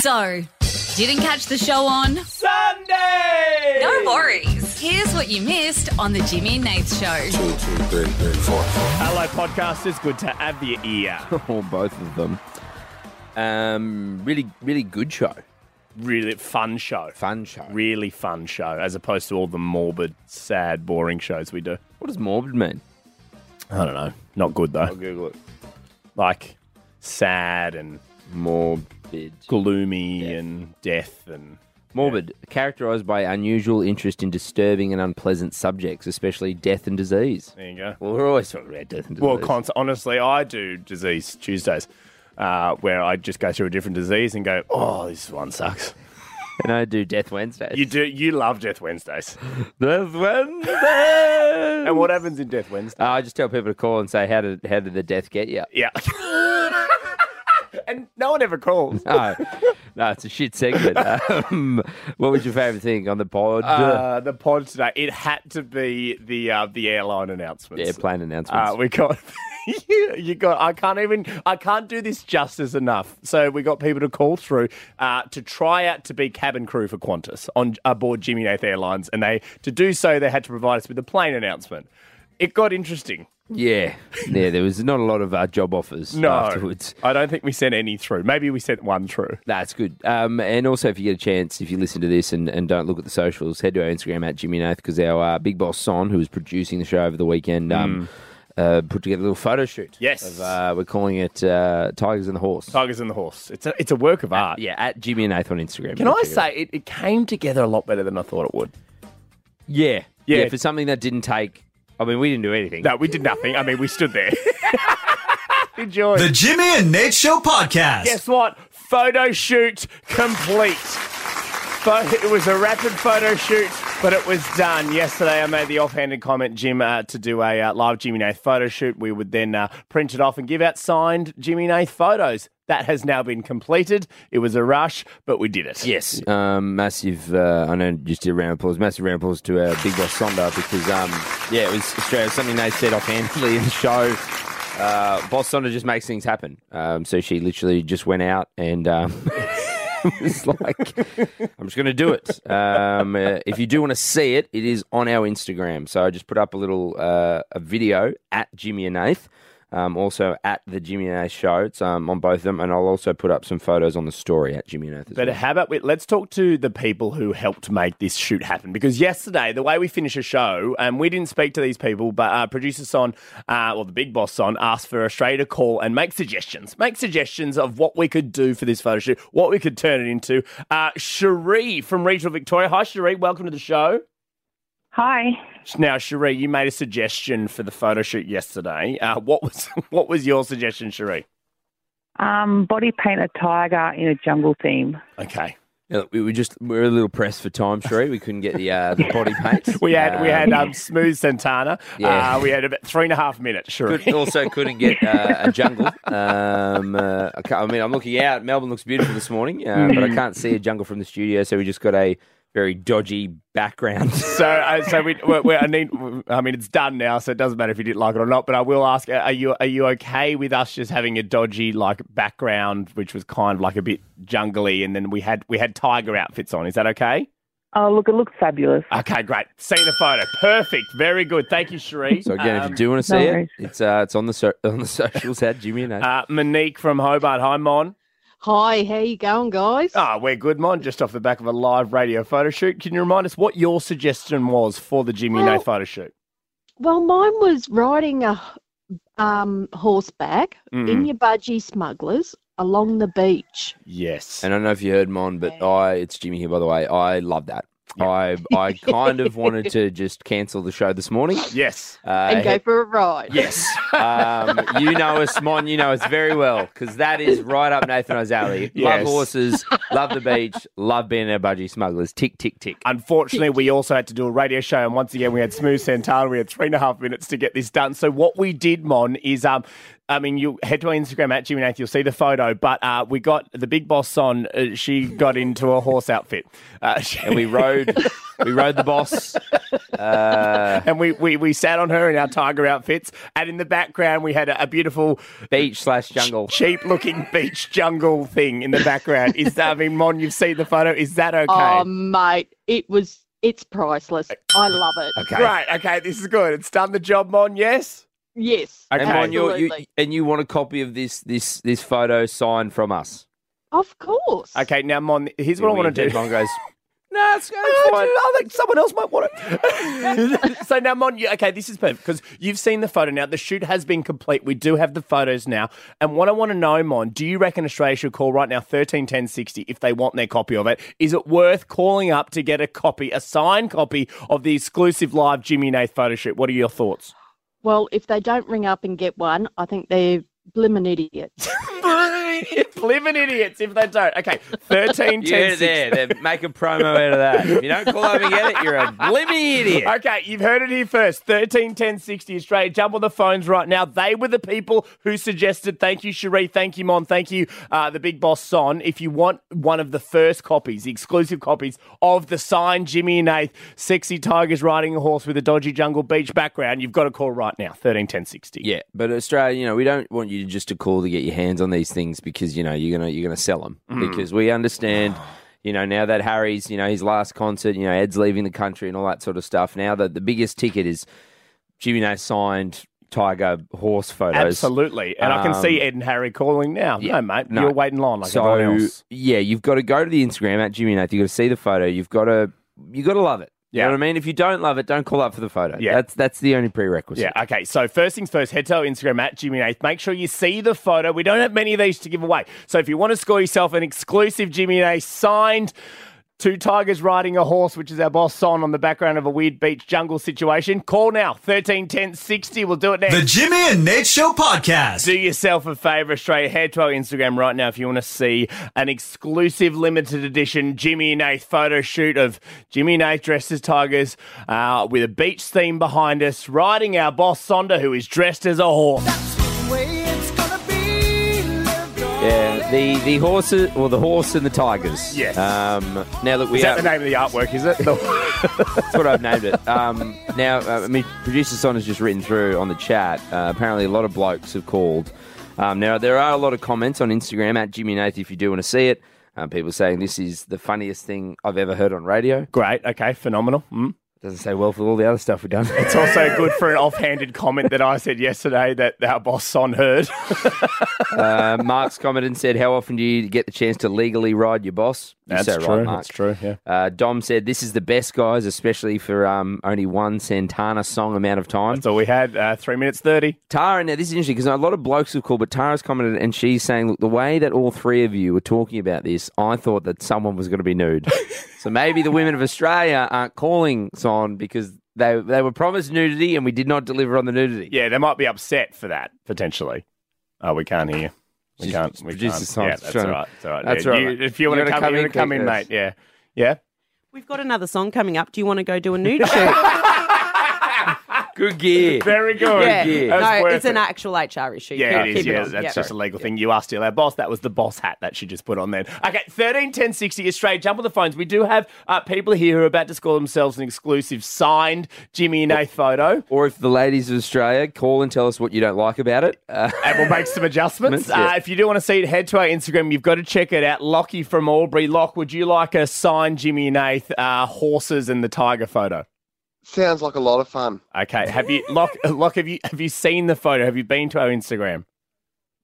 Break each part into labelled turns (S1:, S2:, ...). S1: So, didn't catch the show on?
S2: Sunday!
S1: No worries. Here's what you missed on the Jimmy and Nate show.
S3: Two, two, three, three, four, four.
S2: Hello, podcasters. Good to have you here.
S4: or both of them. Um, really, really good show,
S2: Really fun show.
S4: fun show.
S2: Really fun show, as opposed to all the morbid, sad, boring shows we do.
S4: What does morbid mean?
S2: I don't know. Not good, though.
S4: Google it.
S2: Like, sad and
S4: Morbid.
S2: gloomy and death and.
S4: Morbid, characterized by unusual interest in disturbing and unpleasant subjects, especially death and disease.
S2: There you go.
S4: Well, we're always talking about death and disease.
S2: Well, cons- honestly, I do disease Tuesdays. Uh, where I just go through a different disease and go, oh, this one sucks.
S4: and I do Death Wednesdays.
S2: You do, you love Death Wednesdays.
S4: Death Wednesday.
S2: And what happens in Death Wednesday?
S4: Uh, I just tell people to call and say, "How did how did the death get you?"
S2: Yeah. and no one ever calls.
S4: No, Oh, no, it's a shit segment. Um, what was your favourite thing on the pod?
S2: Uh, the pod today, it had to be the uh, the airline announcements.
S4: Airplane announcements.
S2: Uh, we got you, you got. I can't even. I can't do this justice enough. So we got people to call through uh, to try out to be cabin crew for Qantas on aboard Jimmy Nath Airlines, and they to do so they had to provide us with a plane announcement. It got interesting.
S4: Yeah, yeah. There was not a lot of uh, job offers
S2: No,
S4: afterwards.
S2: I don't think we sent any through. Maybe we sent one through.
S4: That's good. Um, and also, if you get a chance, if you listen to this and, and don't look at the socials, head to our Instagram at Jimmy Nath because our uh, big boss Son, who was producing the show over the weekend, um, uh, put together a little photo shoot.
S2: Mm. Yes.
S4: of, uh, we're calling it uh, Tigers and the Horse.
S2: Tigers and the Horse. It's a it's a work of art.
S4: Uh, yeah, at Jimmy and Nath on Instagram.
S2: Can
S4: Go
S2: I
S4: check it out.
S2: say it, it came together a lot better than I thought it would?
S4: Yeah.
S2: Yeah.
S4: yeah, For something that didn't take, I mean, we didn't do anything.
S2: No, we did nothing. I mean, we stood there. Enjoy.
S5: The Jimmy and Nate Show podcast.
S2: Guess what? Photo shoot complete. But it was a rapid photo shoot, but it was done. Yesterday, I made the offhanded comment, Jim, uh, to do a uh, live Jimmy Nath photo shoot. We would then uh, print it off and give out signed Jimmy Nath photos. That has now been completed. It was a rush, but we did it.
S4: Yes. Um, massive. Uh, I know. Just did a round of applause. Massive round of applause to our big boss Sonda because um, yeah, it was Australia. Something they said offhandedly in the show. Uh, boss Sonda just makes things happen. Um, so she literally just went out and. Um, was like, I'm just going to do it. Um, uh, if you do want to see it, it is on our Instagram. So I just put up a little uh, a video at Jimmy and Nath, um, also at the Jimmy and Nath show. It's um, on both of them, and I'll also put up some photos on the story at Jimmy and Nath. As
S2: But
S4: well.
S2: how about we, let's talk to the people who helped make this shoot happen? Because yesterday, the way we finish a show, um, we didn't speak to these people, but uh, producer Son, uh, well, the big boss Son, asked for Australia to call and make suggestions, make suggestions of what we could do for this photo shoot, what we could turn it into. Uh, Cherie from Regional Victoria. Hi, Cherie. Welcome to the show.
S6: Hi.
S2: Now, Cherie, you made a suggestion for the photo shoot yesterday. Uh, what was what was your suggestion, Cherie?
S6: Um, body paint a tiger in a jungle theme.
S2: Okay.
S4: Yeah, we were just we were a little pressed for time, Sheree. We couldn't get the uh, the body paint.
S2: We had we had
S4: Um,
S2: um, smooth Santana.
S4: Yeah.
S2: Uh, we had about three and a half minutes. Sure.
S4: could- also couldn't get uh, a jungle. Um, uh, I, can't- I mean, I'm looking out. Melbourne looks beautiful this morning, uh, but I
S2: Hmm.
S4: can't see a jungle from the studio, so we just got a very dodgy background.
S2: So, uh, so we, we, we, I need. I mean, it's done now, so it doesn't matter if you didn't like it or not. But I will ask: uh, Are you are you okay with us just having a dodgy like background, which was kind of like a bit jungly, and then we had we had tiger outfits on? Is that okay?
S6: Oh, look, it looks fabulous.
S2: Okay, great. Seen the photo. Perfect. Very good. Thank you, Cherie.
S4: So again, if
S2: Um,
S4: you do want to see
S6: no
S4: it,
S6: worries.
S4: it's uh, it's on the so- on the socials at Jimmy and Nate.
S2: uh, Monique from Hobart. Hi, Mon.
S7: Hi, how you going, guys?
S2: Ah, we're good, Mon. Just off the back of a live radio photo shoot. Can you remind us what your suggestion was for the Jimmy
S7: Well-
S2: Nath photo shoot?
S7: Well, mine was riding a h- um, horseback
S2: Hmm.
S7: in
S2: Mm.
S7: your budgie smugglers along the beach.
S2: Yes.
S4: And I don't know if you heard Mon, but I it's Jimmy here by the way. I love that. I I kind of wanted to just cancel the show this morning.
S2: yes.
S4: Uh,
S7: and go for a ride.
S4: Yes. um, you know us, Mon. You know us very well because that is right up Nathan O'Salley.
S2: Yes.
S4: Love horses, love the beach, love being our budgie smugglers. Tick, tick, tick.
S2: Unfortunately, we also had to do a radio show, and once again, we had Smooth Santana. We had three and a half minutes to get this done. So what we did, Mon, is um, I mean, you head to our Instagram at Jimmy Nath, you'll see the photo. But uh, we got the big boss on. Uh, she got into a horse outfit. Uh, she-
S4: And we rode, we rode the boss Uh,
S2: And we, we, we sat on her in our tiger outfits. And in the background, we had a, a beautiful
S4: beach slash jungle.
S2: cheap looking beach jungle thing in the background. Is that, I mean, Mon, you've seen the photo. Is that okay?
S7: Oh, mate, it was. It's priceless. I love it.
S4: Okay.
S2: Right. Okay. This is good. It's done the job, Mon. Yes.
S7: Yes.
S4: And Mon, you're, you
S7: absolutely.
S4: and you want a copy of this this this photo signed from us.
S7: Of course.
S2: Okay. Now, Mon, here's what I want to do.
S4: Mon goes.
S2: No, it's going to I think someone else might want it. so now, Mon, you, okay, this is perfect because you've seen the photo now. The shoot has been complete. We do have the photos now. And what I want to know, Mon, do you reckon Australia should call right now 13 10 60 if they want their copy of it? Is it worth calling up to get a copy, a signed copy of the exclusive live Jimmy Nath photo shoot? What are your thoughts?
S7: Well, if they don't ring up and get one, I think they're blimmin' idiots.
S2: Living idiots if they don't. Okay, 13 10
S4: Yeah,
S2: 60.
S4: there. They're making promo out of that. If you don't call over and get it, you're a blimmy idiot.
S2: Okay, you've heard it here first. 13 10 60 Australia. Jump on the phones right now. They were the people who suggested. Thank you, Cherie. Thank you, Mon. Thank you, uh, the big boss, Son. If you want one of the first copies, the exclusive copies of the signed Jimmy and Nath Sexy Tigers Riding a Horse with a Dodgy Jungle Beach background, you've got to call right now. 13 10 60.
S4: Yeah, but Australia, you know, we don't want you just to call to get your hands on these things because you know you're gonna you're gonna sell them
S2: Mm.
S4: because we understand. You know, now that Harry's, you know, his last concert, you know, Ed's leaving the country and all that sort of stuff. Now that the biggest ticket is Jimmy Nath signed Tiger horse photos.
S2: Absolutely. And I can
S4: Um,
S2: see Ed and Harry calling now.
S4: yeah,
S2: no, mate.
S4: no.
S2: You're waiting line like
S4: so
S2: everyone else.
S4: yeah, you've got to go to the Instagram at Jimmy Nath. You've got to see the photo. You've got to you got to love it. You
S2: Yeah.
S4: know what I mean? If you don't love it, don't call up for the photo.
S2: Yeah.
S4: that's that's the only prerequisite.
S2: Yeah, okay. So first things first, head to our Instagram at Jimmy Nath. Make sure you see the photo. We don't have many of these to give away. So if you want to score yourself an exclusive Jimmy Nath signed two tigers riding a horse, which is our boss son on the background of a weird beach jungle situation, call now. 13 10 60. We'll do it next.
S5: The Jimmy and Nate Show Podcast.
S2: Do yourself a favour, Australia. Head to our Instagram right now if you want to see an exclusive limited edition Jimmy and Nath photo shoot of Jimmy and Nath dressed as tigers uh, with a beach theme behind us, riding our boss Sonda, who is dressed as a horse.
S4: Yeah, the the horses, well, the horse and the tigers.
S2: Yes.
S4: Um, now that we
S2: Is that
S4: are,
S2: the name of the artwork, is it? The-
S4: that's what I've named it. Um, now, uh, I mean, producer Son has just written through on the chat. Uh, apparently, a lot of blokes have called. Um, now, there are a lot of comments on Instagram at Jimmy Nath if you do want to see it. Um, people saying this is the funniest thing I've ever heard on radio.
S2: Great. Okay. Phenomenal. Mm.
S4: Doesn't say well for all the other stuff we've done.
S2: It's also good for an offhanded comment that I said yesterday that our boss Son heard.
S4: uh, Mark's commented and said, "How often do you get the chance to legally ride your boss?" You're so Right, Mark.
S2: true. Yeah.
S4: Uh, Dom said, "This is the best, guys, especially for um, only one Santana song amount of time."
S2: That's all we had. Uh, three minutes thirty.
S4: Tara, now this is interesting because a lot of blokes have called, but Tara's commented and she's saying, "Look, the way that all three of you were talking about this, I thought that someone was going to be nude. so maybe the women of Australia aren't calling Son because they they were promised nudity and we did not deliver on the nudity."
S2: Yeah, they might be upset for that potentially. Oh, we can't hear you. We
S4: Just
S2: can't. We
S4: produce
S2: can't.
S4: the song.
S2: Yeah, that's
S4: Trying
S2: all
S4: to-
S2: right. That's all right.
S4: that's
S2: yeah.
S4: all
S2: You-
S4: right.
S2: if you want
S4: You
S2: to
S4: gotta
S2: come,
S4: come
S2: in,
S4: in
S2: come in, mate.
S4: quick,
S2: Yeah, yeah.
S8: We've got another song coming up. Do you want to go do a nude shoot?
S4: Good gear.
S2: Very good.
S8: yeah.
S2: That's
S8: No,
S2: worth
S8: it's an
S2: it.
S8: actual HR issue.
S2: Yeah, it is.
S8: keep
S2: Yeah,
S8: on.
S2: that's just a legal thing. You are still our boss. That was the boss hat that she just put on then. Okay, 13 10 60 Australia. Jump on the phones. We do have uh, people here who are about to score themselves an exclusive signed Jimmy and Nath photo,
S4: Or if the ladies of Australia call and tell us what you don't like about it. Uh,
S2: and we'll make some adjustments.
S4: Yeah.
S2: Uh, if you do want to see it, head to our Instagram. You've got to check it out. Lockie from Albury. Lock, would you like a signed Jimmy and Nath uh, horses and the tiger photo?
S9: Sounds like a lot of fun.
S2: Okay, have you Lock? uh, Lock, have you have you seen the photo? Have you been to our Instagram?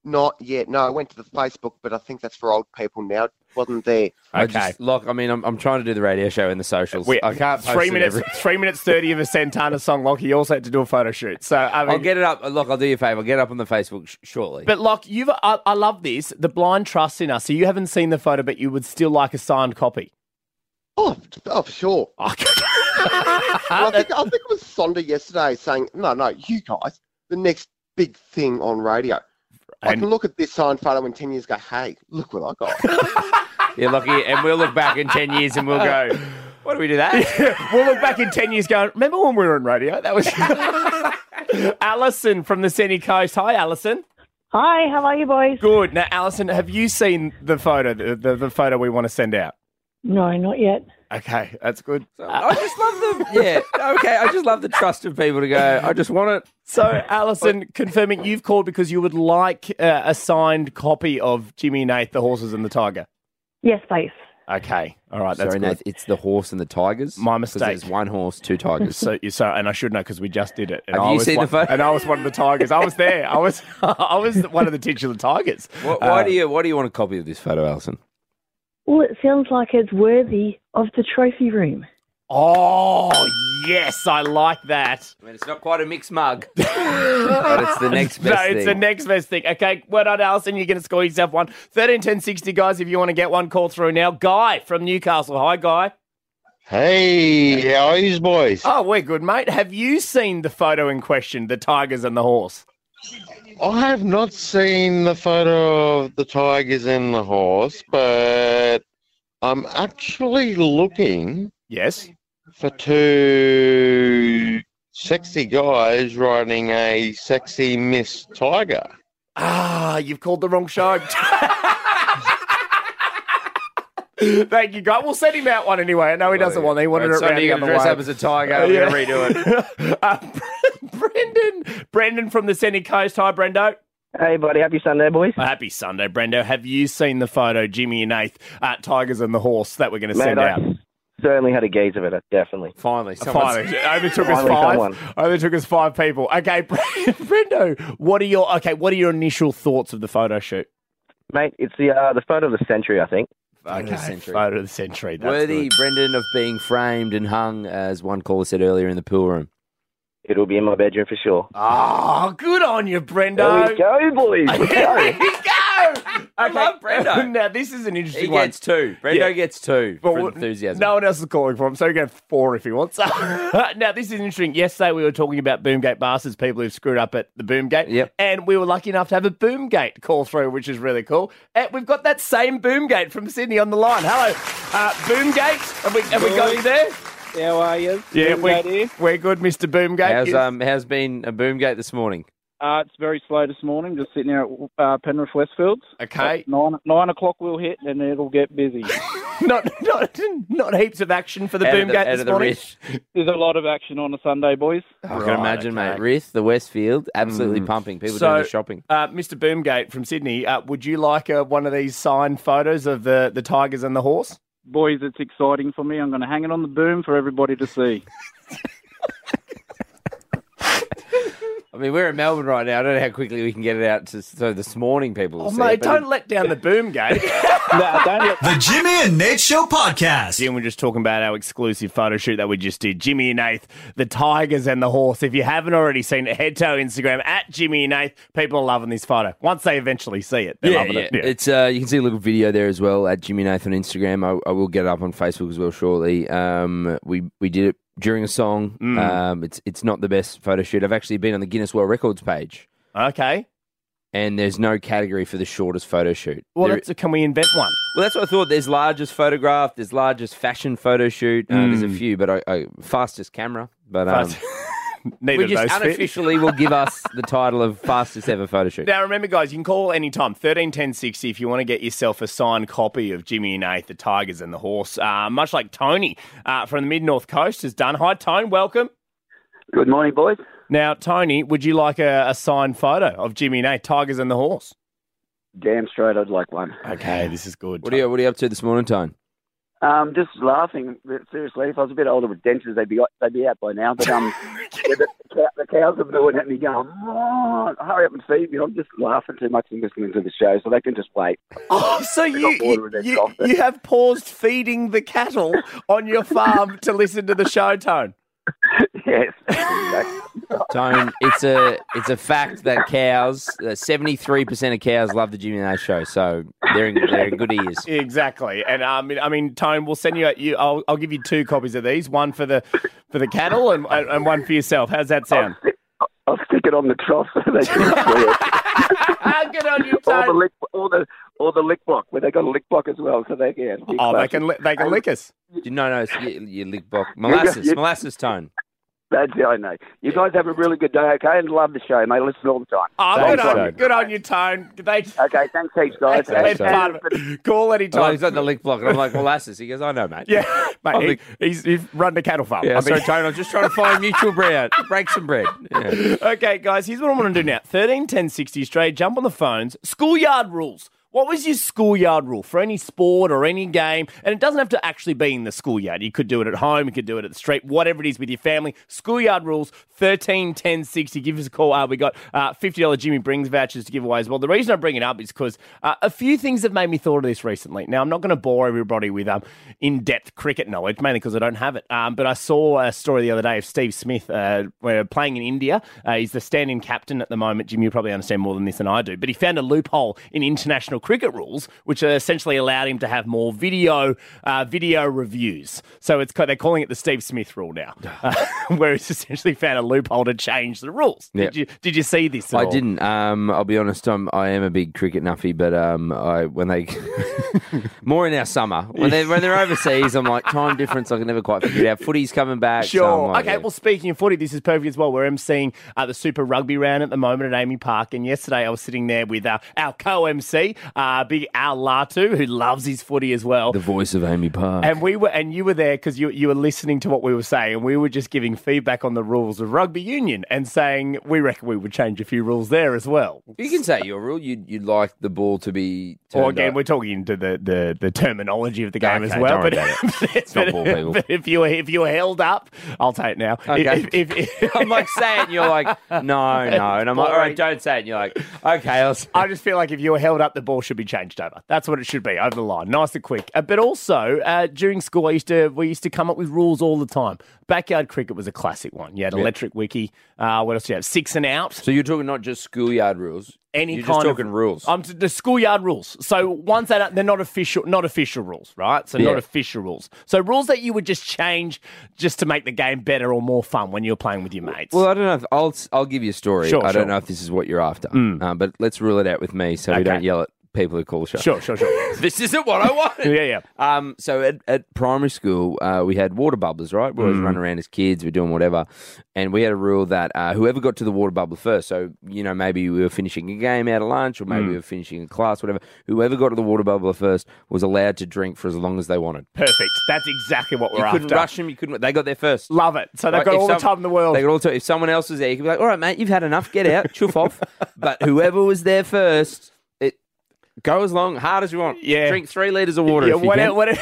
S9: Not yet. No, I went to the Facebook, but I think that's for old people now. It wasn't there.
S4: I
S2: Okay.
S4: just, look, I mean, I'm, I'm trying to do the radio show and the socials.
S2: We,
S4: I can't. post
S2: three
S4: it
S2: minutes,
S4: every-
S2: three minutes thirty of a Santana song. Locke, you also had to do a photo shoot. So I mean,
S4: I'll get it up. Look, I'll do you a favour. I'll get it up on the Facebook sh- shortly.
S2: but Locke, you've I, I love this. The blind trust in us. So you haven't seen the photo, but you would still like a signed copy.
S9: Oh, oh, for sure.
S2: Oh,
S10: Uh,
S9: Well, I, think, I think it was Sonda yesterday saying, no, no, you guys, the next big thing on radio. I
S2: And-
S9: can look at this signed photo in 10 years and go, hey, look what I got.
S4: yeah, lucky, and we'll look back in ten years and we'll go. Why do we do that?
S2: we'll look back in ten years, going, remember when we were on radio? That was Alison from the Sunny Coast. Hi, Alison.
S6: Hi, how are you boys?
S2: Good. Now, Alison, have you seen the photo? The, the, the photo we want to send out.
S11: No, not yet.
S2: Okay, that's good.
S4: I just love the yeah. Okay, I just love the trust of people to go. I just want it.
S2: So, Alison, confirming you've called because you would like uh, a signed copy of Jimmy Nate, the horses and the tiger.
S11: Yes, please.
S2: Okay, all right, that's
S4: Sorry,
S2: good.
S4: Nath, it's the horse and the tigers.
S2: My
S4: 'Cause
S2: mistake.
S4: There's one horse, two tigers.
S2: So, so, and I should know because we just did it. And
S4: Have
S2: I
S4: you
S2: was
S4: seen
S2: one,
S4: the photo?
S2: And I was one of the tigers. I was there. I was, I was one of the titular tigers.
S4: Why, why
S2: Uh,
S4: do you Why do you want a copy of this photo, Alison?
S11: Well, it sounds like it's worthy of the trophy room.
S2: Oh yes, I like that.
S4: I mean, it's not quite a mixed mug, but it's the next
S2: No,
S4: best
S2: it's
S4: thing.
S2: the next best thing. Okay, well done, Alison. You're going to score yourself one. 13, 10, 60, guys, if you want to get one, call through now. Guy from Newcastle. Hi, Guy.
S10: Hey, how are you boys?
S2: Oh, we're good, mate. Have you seen the photo in question, the tigers and the horse?
S10: I have not seen the photo of the tigers and the horse, but I'm actually looking
S2: Yes.
S10: for two sexy guys riding a sexy Miss Tiger.
S2: Ah, you've called the wrong show. Thank you, Guy. We'll send him out one anyway. I know he doesn't want. He wanted
S4: Right,
S2: it
S4: so
S2: round the
S4: you're
S2: other
S4: gonna dress
S2: way.
S4: up as a tiger.
S2: Uh,
S4: We're
S2: yeah.
S4: gonna redo it.
S2: Uh, Brendan, Brendan from the Sunny Coast. Hi, Brendo.
S12: Hey, buddy. Happy Sunday, boys.
S2: Happy Sunday, Brendo. Have you seen the photo, Jimmy and Nath, uh, Tigers and the Horse that we're going to
S12: Mate,
S2: send
S12: I
S2: out?
S12: certainly had a gaze of it, definitely.
S4: Finally,
S2: Finally, it only took us
S12: Finally,
S2: five.
S12: someone.
S2: Only took us five people. Okay, Brendo, what are your okay? What are your initial thoughts of the photo shoot?
S12: Mate, it's the uh, the photo of the century, I think.
S4: Photo of the
S2: Okay,
S4: century.
S2: Photo of the century. That's
S4: Worthy,
S2: good.
S4: Brendan, of being framed and hung, as one caller said earlier in the pool room.
S12: It'll be in my bedroom for sure.
S2: Oh, good on you, Brendo.
S12: There we go, boys.
S2: There we go. I
S4: love Brendo.
S2: now, this is an
S4: He
S2: interesting one.
S4: gets two. Brendo
S2: Yeah.
S4: gets two
S2: But
S4: for
S2: w-
S4: enthusiasm.
S2: No one else is calling for him, so we can have four if he wants. now, this is interesting. Yesterday, we were talking about Boomgate bastards, people who've screwed up at the Boomgate.
S4: Yep.
S2: And we were lucky enough to have a Boomgate call through, which is really cool. And we've got that same Boomgate from Sydney on the line. Hello, uh, Boomgate. Have we, have we got you there?
S13: How are you?
S2: Yeah,
S13: Boomgate
S2: we,
S13: here.
S2: we're good, Mr. Boomgate.
S4: How's
S2: Is-
S4: um how's been a boomgate this morning?
S13: Uh, it's very slow this morning, just sitting here at uh, Penrith Westfields.
S2: Okay.
S13: But Nine, nine o'clock will hit and it'll get busy.
S2: not, not, not heaps of action for the
S4: Out of the-
S2: Boomgate
S4: out
S2: this
S4: of the
S2: morning.
S4: rich.
S13: There's a lot of action on a Sunday, boys.
S4: I
S2: Right,
S4: can imagine,
S2: okay.
S4: mate. Rith, the Westfield, absolutely pumping. People
S2: So-
S4: doing the shopping.
S2: Uh, Mr. Boomgate from Sydney, uh, would you like uh, one of these signed photos of the, the tigers and the horse?
S13: Boys, it's exciting for me. I'm going to hang it on the boom for everybody to see.
S4: I mean, we're in Melbourne right now. I don't know how quickly we can get it out to so this morning people. Will
S2: Oh,
S4: see
S2: mate,
S4: it, but
S2: don't let down the Boomgate.
S5: The Jimmy and Nate Show Podcast.
S2: Jim, we're just talking about our exclusive photo shoot that we just did. Jimmy and Nath, the tigers and the horse. If you haven't already seen it, head to our Instagram at Jimmy and Nath. People are loving this photo. Once they eventually see it, they're
S4: Yeah,
S2: loving
S4: yeah.
S2: it.
S4: It's uh, you can see a little video there as well at Jimmy Nathan Instagram. I, I will get it up on Facebook as well shortly. Um, we we did it during a song.
S2: Mm.
S4: Um, it's it's not the best photo shoot. I've actually been on the Guinness World Records page,
S2: Okay.
S4: and there's no category for the shortest photo shoot.
S2: Well,
S4: There-
S2: that's a, can we invent one?
S4: well, that's what I thought. There's largest photograph, there's largest fashion photo shoot. Uh, There's a
S2: Mm.
S4: few, but I, I fastest camera. But um,
S2: Fast- Neither
S4: we
S2: of
S4: just
S2: those fit.
S4: unofficially will give us the title of fastest ever photo shoot.
S2: Now, remember, guys, you can call anytime, 13 10 60, if you want to get yourself a signed copy of Jimmy and Nath, The Tigers and the Horse, uh, much like Tony uh, from the Mid North Coast has done. Hi, Tone, welcome.
S14: Good morning, boys.
S2: Now, Tony, would you like a, a signed photo of Jimmy and Nath, Tigers and the Horse?
S14: Damn straight, I'd like one.
S2: Okay, this is good.
S4: What are you What are you up to this morning, Tone?
S14: Um, just laughing, but seriously. If I was a bit older with dentures, they'd be they'd be out by now. But um, yeah, the, cow, the cows are booing at me, going, oh, "Hurry up and feed me!" I'm just laughing too much and listening to the show, so they can just wait.
S2: Oh, so
S14: They
S2: you,
S14: got bored
S2: you,
S14: with their
S2: you,
S14: stuff, but-
S2: you have paused feeding the cattle on your farm to listen to the show, Tone.
S14: yes.
S4: Tone, it's a it's a fact that cows, seventy three percent of cows love the Jimmy and Nath show, so they're in, they're in good ears.
S2: Exactly, and um, I mean, Tone, we'll send you. you I'll, I'll give you two copies of these: one for the for the cattle, and and and one for yourself. How's that sound?
S14: I'll stick it on the trough so they can see it.
S2: Good on you,
S14: All the
S2: Tone.
S14: lick, all the all the lick block. Where they got a lick block as well, so they can.
S2: Oh, they can li- they can lick us.
S4: No, no, it's, you, you lick block molasses,
S14: you-
S4: molasses, Tone.
S14: That's how I know. You guys have a really good day, okay? And love the show, mate. Listen all the time.
S2: Oh,
S14: Thanks,
S2: good, on,
S14: Tony.
S2: good on you, Tone. They...
S14: Okay, thanks heaps, guys.
S2: That's
S14: Thanks,
S2: part of it. Call anytime.
S4: Well, he's on the lick block, and I'm like, well, that's this. He goes, I know, mate.
S2: Yeah,
S4: I'm
S2: mate,
S4: like,
S2: he, he's, he's run the cattle farm.
S4: yeah,
S2: I
S4: sorry,
S2: mean-
S4: Tone. I'm just trying to find mutual bread, break some bread. Yeah.
S2: okay, guys, here's what I want to do now. 13, 10, 60 straight, jump on the phones. Schoolyard rules. What was your schoolyard rule for any sport or any game? And it doesn't have to actually be in the schoolyard. You could do it at home, you could do it at the street, whatever it is with your family. Schoolyard rules, 13, 10, 60. Give us a call. Uh, we got uh, $50 Jimmy Brings vouchers to give away as well. The reason I bring it up is because uh, a few things have made me thought of this recently. Now, I'm not going to bore everybody with um, in depth cricket knowledge, mainly because I don't have it. Um, but I saw a story the other day of Steve Smith uh, where playing in India. Uh, he's the standing captain at the moment. Jim, you probably understand more than this than I do. But he found a loophole in international cricket rules, which essentially allowed him to have more video uh, video reviews. So it's ca- they're calling it the Steve Smith rule now, uh, where he's essentially found a loophole to change the rules.
S4: Yeah.
S2: Did you did you see this? at
S4: I
S2: all?
S4: didn't. Um, I'll be honest. I'm, I am a big cricket nuffy, but um, I when they more in our summer when they when they're overseas, I'm like time difference. I can never quite figure it out. Footy's coming back. so
S2: Sure.
S4: I'm like,
S2: okay. Well, speaking of footy, this is perfect as well. We're emceeing uh, the Super Rugby round at the moment at Amy Park, and yesterday I was sitting there with uh, our co-MC, uh, Big Al Latu, who loves his footy as well.
S4: the voice of Amy Park.
S2: And we were, and you were there because you you were listening to what we were saying, and we were just giving feedback on the rules of rugby union and saying we reckon we would change a few rules there as well.
S4: You can say your rule. You'd you'd like the ball to be.
S2: Or
S4: turned
S2: again,
S4: up.
S2: we're talking into the, the, the terminology of the game as
S4: Okay,
S2: well.
S4: don't worry
S2: but,
S4: about
S2: it's
S4: not ball people.
S2: but if you were if you were held up, I'll take it now.
S4: Okay.
S2: If- if- if-
S4: I'm like say it, and you're like no, no, and I'm like all right, don't say it. And you're like okay, I'll say
S2: I just feel like if you were held up, the ball should be changed over. That's what it should be over the line, nice and quick. Uh, but also uh, during school, I used to we used to come up with rules all the time. Backyard cricket was a classic one. You had
S4: Yeah.
S2: electric wiki. Uh, what else do you have? Six and out.
S4: So you're talking not just schoolyard rules.
S2: Any
S4: you're
S2: kind
S4: just
S2: of-
S4: talking rules.
S2: Um, t- the schoolyard rules. So ones that are, they're not official, not official rules, right? So not
S4: Yeah.
S2: official rules. So rules that you would just change just to make the game better or more fun when you're playing with your mates.
S4: Well, I don't know. If, I'll I'll give you a story.
S2: Sure,
S4: I
S2: sure. Mm.
S4: don't know if this is what you're after, um, but let's rule it out with me so
S2: Okay.
S4: we don't yell at people who call the show.
S2: Sure, sure, sure.
S4: this isn't what I wanted.
S2: yeah, yeah.
S4: Um, so at, at primary school, uh, we had water bubblers, right? We always
S2: Mm.
S4: run around as kids, we're doing whatever. And we had a rule that uh, whoever got to the water bubbler first, so, you know, maybe we were finishing a game out of lunch or
S2: Mm.
S4: maybe we were finishing a class, whatever, whoever got to the water bubbler first was allowed to drink for as long as they wanted.
S2: Perfect. That's exactly what we're
S4: You
S2: after.
S4: couldn't rush them, you couldn't, they got there first.
S2: Love it. So they've
S4: Right,
S2: got
S4: if
S2: all the
S4: some-
S2: time in the world.
S4: They could also, if someone else was there, you could be like, all right, mate, you've had enough, get out, chuff off. But whoever was there first, it go as long, hard as you want.
S2: Yeah.
S4: Drink three litres of water.
S2: Yeah,
S4: if you
S2: whatever,
S4: can.
S2: whatever-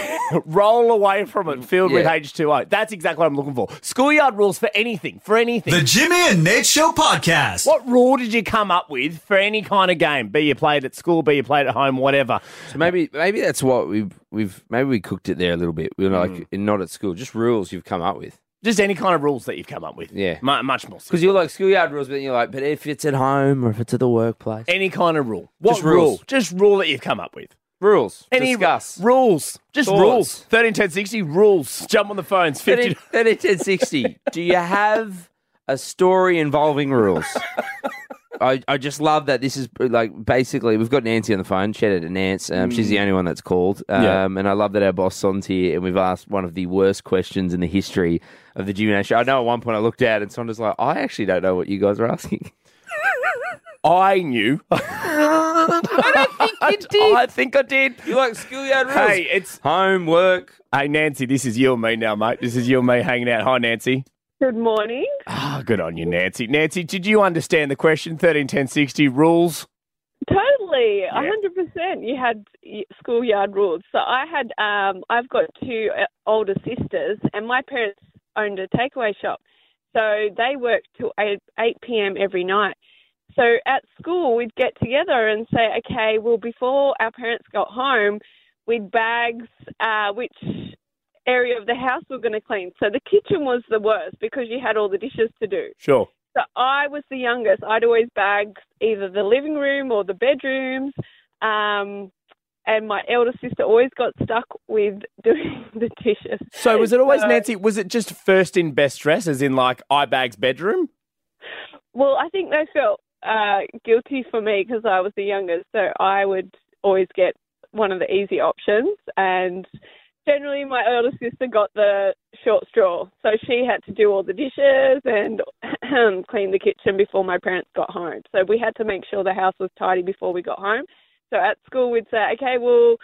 S2: roll away from it, filled with
S4: Yeah.
S2: H2O. That's exactly what I'm looking for. Schoolyard rules for anything, for anything.
S5: The Jimmy and Nate Show podcast.
S2: what rule did you come up with for any kind of game? Be you played at school, be you played at home, whatever.
S4: So maybe maybe that's what we've we've maybe we cooked it there a little bit. We We're
S2: Mm.
S4: like not at school, just rules you've come up with.
S2: Just any kind of rules that you've come up with.
S4: Yeah.
S2: Mu- much more.
S4: Because you're like schoolyard rules, but then you're like, but if it's at home or if it's at the workplace,
S2: Any kind of rule. What
S4: Just
S2: rule?
S4: rules.
S2: Just rule that you've come up with.
S4: rules.
S2: Any
S4: discuss.
S2: rules. Just
S4: Thoughts.
S2: rules. 13, 10, 60, rules. Jump on the phones. 50.
S4: 30, 30, 10, 60. Do you have a story involving rules? I, I just love that this is like basically we've got Nancy on the phone. Shout out to Nance. Um, She's the only one that's called. Um,
S2: Yeah.
S4: And I love that our boss Son's here and we've asked one of the worst questions in the history of the Jimmy Nash show. I know at one point I looked out and Son's like, I actually don't know what you guys are asking.
S2: I knew. I did. I think I did.
S4: You like schoolyard rules?
S2: Hey, it's
S4: Home, work.
S2: Hey, Nancy, this is you and me now, mate. This is you and me hanging out. Hi, Nancy.
S11: Good morning.
S2: Ah, good on you, Nancy. Nancy, did you understand the question? 13, 10, 60 rules?
S11: Totally, a
S2: Yeah.
S11: hundred percent. You had y- schoolyard rules. So I had, um, I've got two uh, older sisters, and my parents owned a takeaway shop, so they worked till eight eight p.m. every night. So at school, we'd get together and say, okay, well, before our parents got home, we'd bags uh, which area of the house we're going to clean. So the kitchen was the worst because you had all the dishes to do.
S2: Sure.
S11: So I was the youngest. I'd always bag either the living room or the bedrooms. Um, and my elder sister always got stuck with doing the dishes.
S2: So was it
S4: Uh,
S2: always,
S11: So-
S2: Nancy, was it just first in best dress, as in like I bag's bedroom?
S11: Well, I think they felt uh, guilty for me because I was the youngest. So I would always get one of the easy options. And generally my older sister got the short straw, so she had to do all the dishes and clean the kitchen before my parents got home. So we had to make sure the house was tidy before we got home. So at school we'd say, okay, well,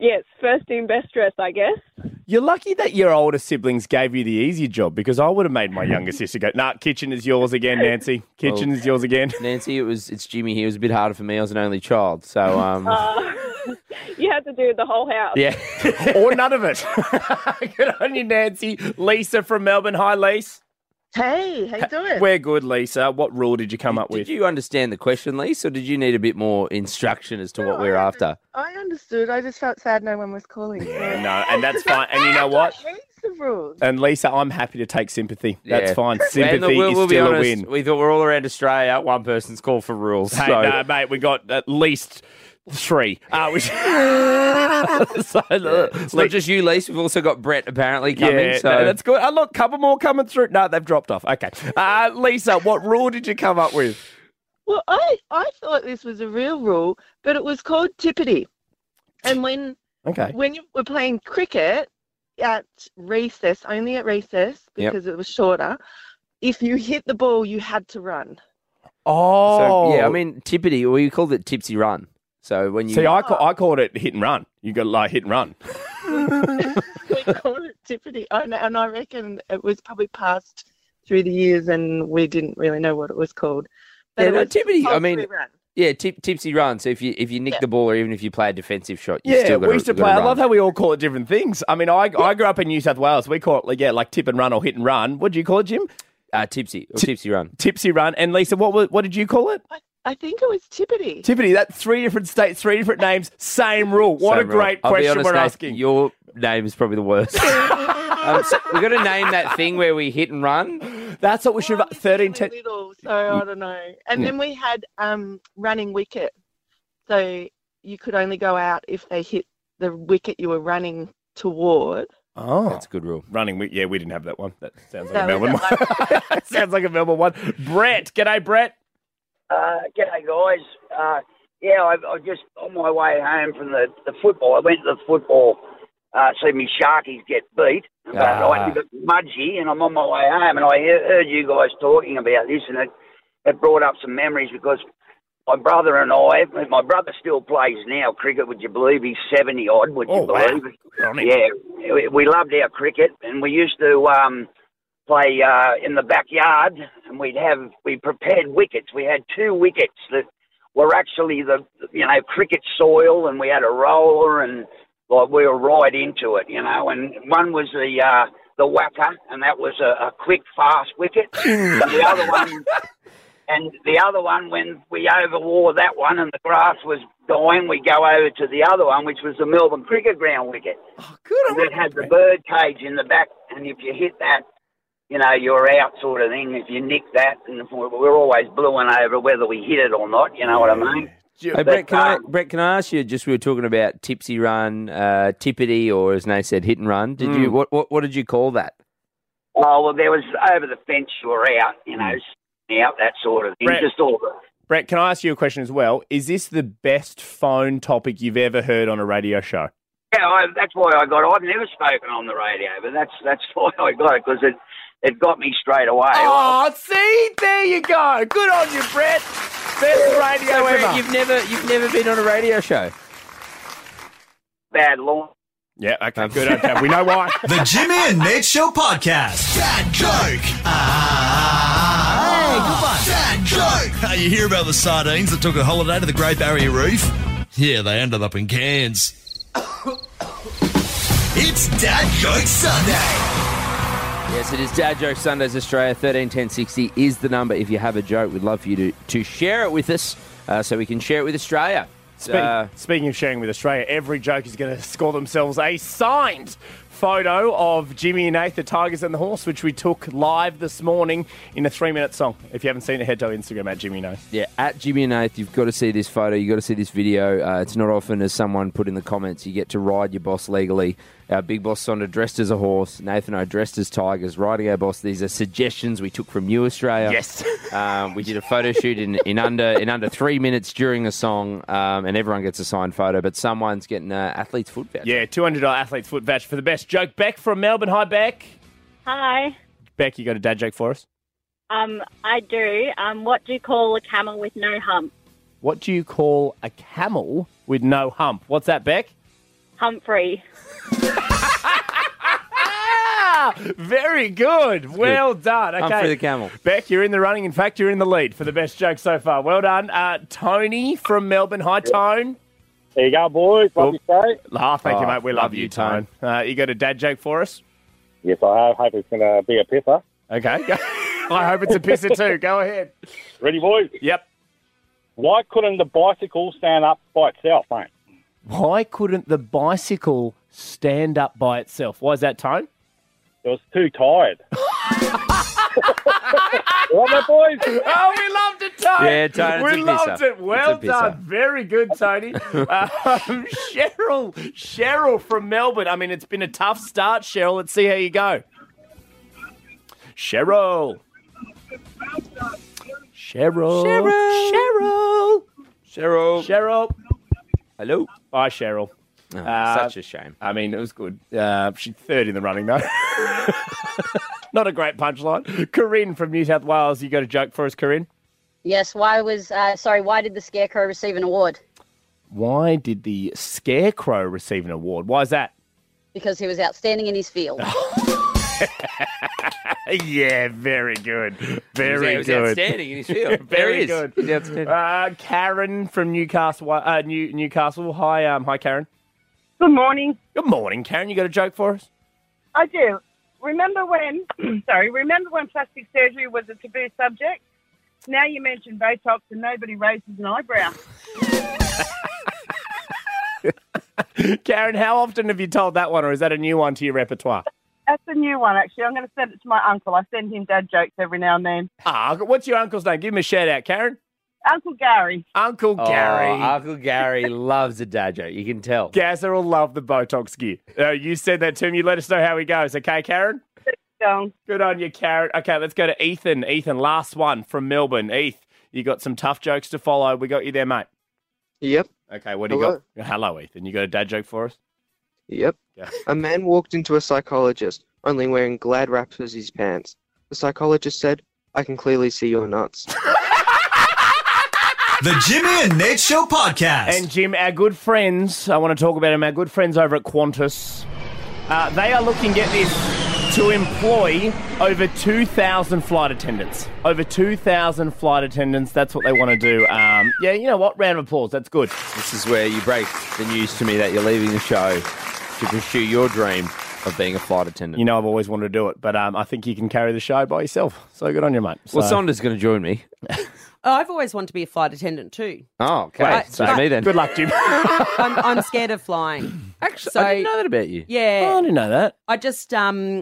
S11: yes, first in best dress, I guess.
S2: You're lucky that your older siblings gave you the easier job because I would have made my younger sister go, nah, kitchen is yours again, Nancy. Kitchen
S4: Oh.
S2: is yours again.
S4: Nancy, it was it's Jimmy here. It was a bit harder for me. I was an only child, so um,
S11: Uh, you had to do the whole house.
S4: yeah.
S2: or none of it. good on you, Nancy. Lisa from Melbourne. Hi, Lisa.
S15: Hey, how you doing?
S2: We're good, Lisa. What rule did you come up with?
S4: Did you understand the question, Lise, or did you need a bit more instruction as to what we're after?
S15: I understood. I just felt sad no one was calling.
S2: Yeah, no, and that's fine. And you know what?
S15: Heaps of rules.
S2: And Lisa, I'm happy to take sympathy. That's
S4: Yeah.
S2: fine.
S4: And
S2: Sympathy
S4: we'll-
S2: is
S4: we'll be
S2: still a
S4: honest,
S2: win.
S4: We thought we're all around Australia. One person's call for rules.
S2: Hey,
S4: so.
S2: no, mate, we got at least three. Uh, we- so, uh,
S4: It's not just you, Lise. We've also got Brett apparently coming.
S2: Yeah,
S4: so
S2: no, that's good. Oh, look, couple more coming through. No, they've dropped off. Okay. Uh, Lisa, what rule did you come up with?
S15: Well, I, I thought this was a real rule, but it was called tippity. And when
S2: Okay.
S15: when you were playing cricket at recess, only at recess
S4: Yep.
S15: because it was shorter, if you hit the ball, you had to run.
S4: So, yeah, I
S2: Oh.
S4: mean, tippity, or you called it tipsy run. So when you
S2: See, I, ca- I called it hit and run. You got like hit and run.
S15: we called it tippity. And, and I reckon it was probably passed through the years and we didn't really know what it was called. But
S4: yeah,
S15: it
S4: no,
S15: was
S4: tippity. I mean,
S15: compulsory run.
S4: yeah, tip, tipsy run. So if you if you nick
S15: Yeah.
S4: the ball, or even if you play a defensive shot, you
S2: Yeah,
S4: still gotta,
S2: we used to
S4: gotta
S2: play. I
S4: run.
S2: love how we all call it different things. I mean, I, I grew up in New South Wales. We call it, like, yeah, like tip and run or hit and run. What do you call it, Jim?
S4: Uh, tipsy, or tipsy run.
S2: Tipsy run. And Lisa, what wa- what did you call it?
S15: I think it was tippity.
S2: Tiffany, that's three different states, three different names, same rule. What
S4: Same
S2: a
S4: rule.
S2: great
S4: I'll be
S2: question
S4: honest,
S2: we're
S4: Nathan,
S2: asking.
S4: Your name is probably the worst. um, so we got to name that thing where we hit and run.
S2: That's what we should have. Thirteen ten.
S15: little, so I don't know. And then we had um, running wicket, so you could only go out if they hit the wicket you were running toward.
S2: Oh, that's
S4: a good rule.
S2: Running, we, yeah, we didn't have that one. That sounds like a
S15: No, we
S2: Melbourne one. sounds like a Melbourne one. Brett, g'day, Brett.
S16: Uh, g'day, guys. Uh, yeah, I, I just on my way home from the, the football. I went to the football, uh, see me Sharkies get beat, but
S17: Ah.
S16: I got mudgy, and I'm on my way home, and I hear- heard you guys talking about this, and it it brought up some memories because my brother and I, my brother still plays now cricket. Would you believe he's seventy odd? Would you
S17: Oh, wow.
S16: believe?
S17: on him.
S16: Yeah, we, we loved our cricket, and we used to um, play uh, in the backyard, and we'd have we prepared wickets. We had two wickets that were actually the you know cricket soil, and we had a roller, and like we were right into it, you know. And one was the uh, the whacker, and that was a, a quick, fast wicket. and the other one, and the other one, when we overwore that one, and the grass was dying, we go over to the other one, which was the Melbourne Cricket Ground wicket. Oh,
S2: good!
S16: And it had the bird cage in the back, and if you hit that, you know, you're out, sort of thing. If you nick that, and if we- we're always blueing over whether we hit it or not. You know what I mean?
S4: Hey, Brett, can I, Brett, can I ask you? Just we were talking about tipsy run, uh, tippity, or as Nate said, hit and run. Did
S16: Mm.
S4: you what, what? What did you call that?
S16: Oh well, there was over the fence. You were out, you know,
S18: Mm.
S16: out that sort of thing.
S2: Brett.
S16: Just all the
S2: Brett, can I ask you a question as well? Is this the best phone topic you've ever heard on a radio show?
S16: Yeah, I, that's why I got. I've never spoken on the radio, but that's that's why I got it because it it got me straight away.
S2: Oh, see, there you go. Good on you, Brett. Best radio
S4: So, Brett,
S2: ever.
S4: you've never, you've never been on a radio show.
S16: Bad lawn.
S2: Yeah, okay, good. Okay, we know why.
S5: The Jimmy and Nate Show podcast. Dad joke. Ah, Dad joke. How you hear about the sardines that took a holiday to the Great Barrier Reef? Yeah, they ended up in cans. it's Dad Joke Sunday.
S4: Yes, it is Dad Joke Sundays Australia. 131060 is the number. If you have a joke, we'd love for you to, to share it with us uh, so we can share it with Australia.
S2: Speak- speaking of sharing with Australia, every joke is going to score themselves a signed photo of Jimmy and Nath, the Tigers and the Horse, which we took live this morning in a three minute song. If you haven't seen it, head to our Instagram at Jimmy and Nath.
S4: Yeah, at Jimmy and Nath, you've got to see this photo. You've got to see this video. Uh, it's not often, as someone put in the comments, you get to ride your boss legally. Our big boss Sonda dressed as a horse. Nathan and I dressed as tigers, riding our boss. These are suggestions we took from you, Australia.
S2: Yes.
S4: Um, we did a photo shoot in, in under in under three minutes during a song, um, and everyone gets a signed photo. But someone's getting an athlete's foot voucher.
S2: Yeah, $200 athlete's foot voucher for the best joke. Beck from Melbourne. Hi, Beck.
S17: Hi.
S2: Beck, you got a dad joke for us?
S17: Um, I do. Um, what do you call a camel with no hump?
S2: What do you call a camel with no hump? What's that, Beck?
S17: Humphrey.
S2: Ah, very good. well done. Okay.
S4: Humphrey the camel.
S2: Beck, you're in the running. In fact, you're in the lead for the best joke so far. Well done. Uh, Tony from Melbourne. Hi, Tone.
S18: There you go, boys. Love your show.
S2: Ah, thank you,
S18: Oh,
S2: mate. We love,
S18: love
S2: you,
S18: you,
S2: Tone.
S18: Tone.
S2: Uh, you got a dad joke for us?
S18: Yes, I have. hope it's going to be a pisser.
S2: Okay. I hope it's a pisser too. Go ahead.
S18: Ready, boys?
S2: Yep.
S18: Why couldn't the bicycle stand up by itself, mate?
S2: Why couldn't the bicycle stand up by itself? Why is that, Tone?
S18: It was too tired. Love it, boys.
S2: Oh, we loved it, Tony.
S4: Yeah, Tony,
S2: we
S4: it's a
S2: loved
S4: pisser.
S2: it. Well
S4: It's a pisser.
S2: done. Very good, Tony. um, Cheryl, Cheryl from Melbourne. I mean, it's been a tough start, Cheryl. Let's see how you go. Cheryl. Cheryl. Cheryl. Cheryl.
S4: Cheryl.
S2: Cheryl.
S4: Hello. Ah,
S2: Bye, Cheryl.
S4: Uh, such a shame.
S2: I mean, it was good. Uh, she's third in the running, though. Not a great punchline. Corinne from New South Wales, you got a joke for us, Corinne?
S19: Yes. Why was uh, sorry? Why did the scarecrow receive an award?
S2: Why did the scarecrow receive an award? Why is that?
S19: Because he was outstanding in his field.
S2: yeah, very good. Very
S4: He was- he
S2: good.
S4: was outstanding in his field. There he
S2: very
S4: is.
S2: good.
S4: He's outstanding.
S2: Uh, Karen from Newcastle. Uh, New, Newcastle. Hi, um, hi, Karen.
S20: Good morning.
S2: Good morning, Karen. You got a joke for us?
S20: I do. Remember when? sorry. Remember when plastic surgery was a taboo subject? Now you mention Botox and nobody raises an eyebrow.
S2: Karen, how often have you told that one, or is that a new one to your repertoire?
S20: That's a new one, actually. I'm going to send it to my uncle. I send him dad jokes every now and then.
S2: Ah, what's your uncle's name? Give him a shout out, Karen.
S20: Uncle Gary.
S2: Uncle Gary.
S4: Oh, Uncle Gary loves a dad joke. You can tell.
S2: Gazza will love the Botox gear. Uh, you said that to him. You let us know how he goes, okay, Karen? Good on you, Karen. Okay, let's go to Ethan. Ethan, last one from Melbourne. Eth, you got some tough jokes to follow. We got you there, mate.
S21: Yep.
S2: Okay, what do
S21: Hello.
S2: you got? Hello, Ethan. You got a dad joke for us?
S21: Yep.
S2: Yeah.
S21: A man walked into a psychologist, only wearing glad wraps as his pants. The psychologist said, I can clearly see your nuts.
S2: The Jimmy and Nate Show podcast. And Jim, our good friends, I want to talk about them, our good friends over at Qantas. Uh, they are looking, get this, to employ over 2,000 flight attendants. Over 2,000 flight attendants. That's what they want to do. Um, yeah, you know what? Round of applause. That's good.
S4: This is where you break the news to me that you're leaving the show to pursue your dream of being a flight attendant.
S2: You know, I've always wanted to do it, but um, I think you can carry the show by yourself. So good on you, mate.
S4: well,
S2: So-
S4: Sonder's going to join me.
S8: Oh, I've always wanted to be a flight attendant too.
S4: Oh, okay.
S8: Right,
S4: so
S8: but-
S4: me then.
S8: Good
S2: luck, Jim.
S8: I'm, I'm scared of flying. Actually,
S4: I didn't know that about you.
S8: Yeah.
S2: I didn't know that.
S8: I just um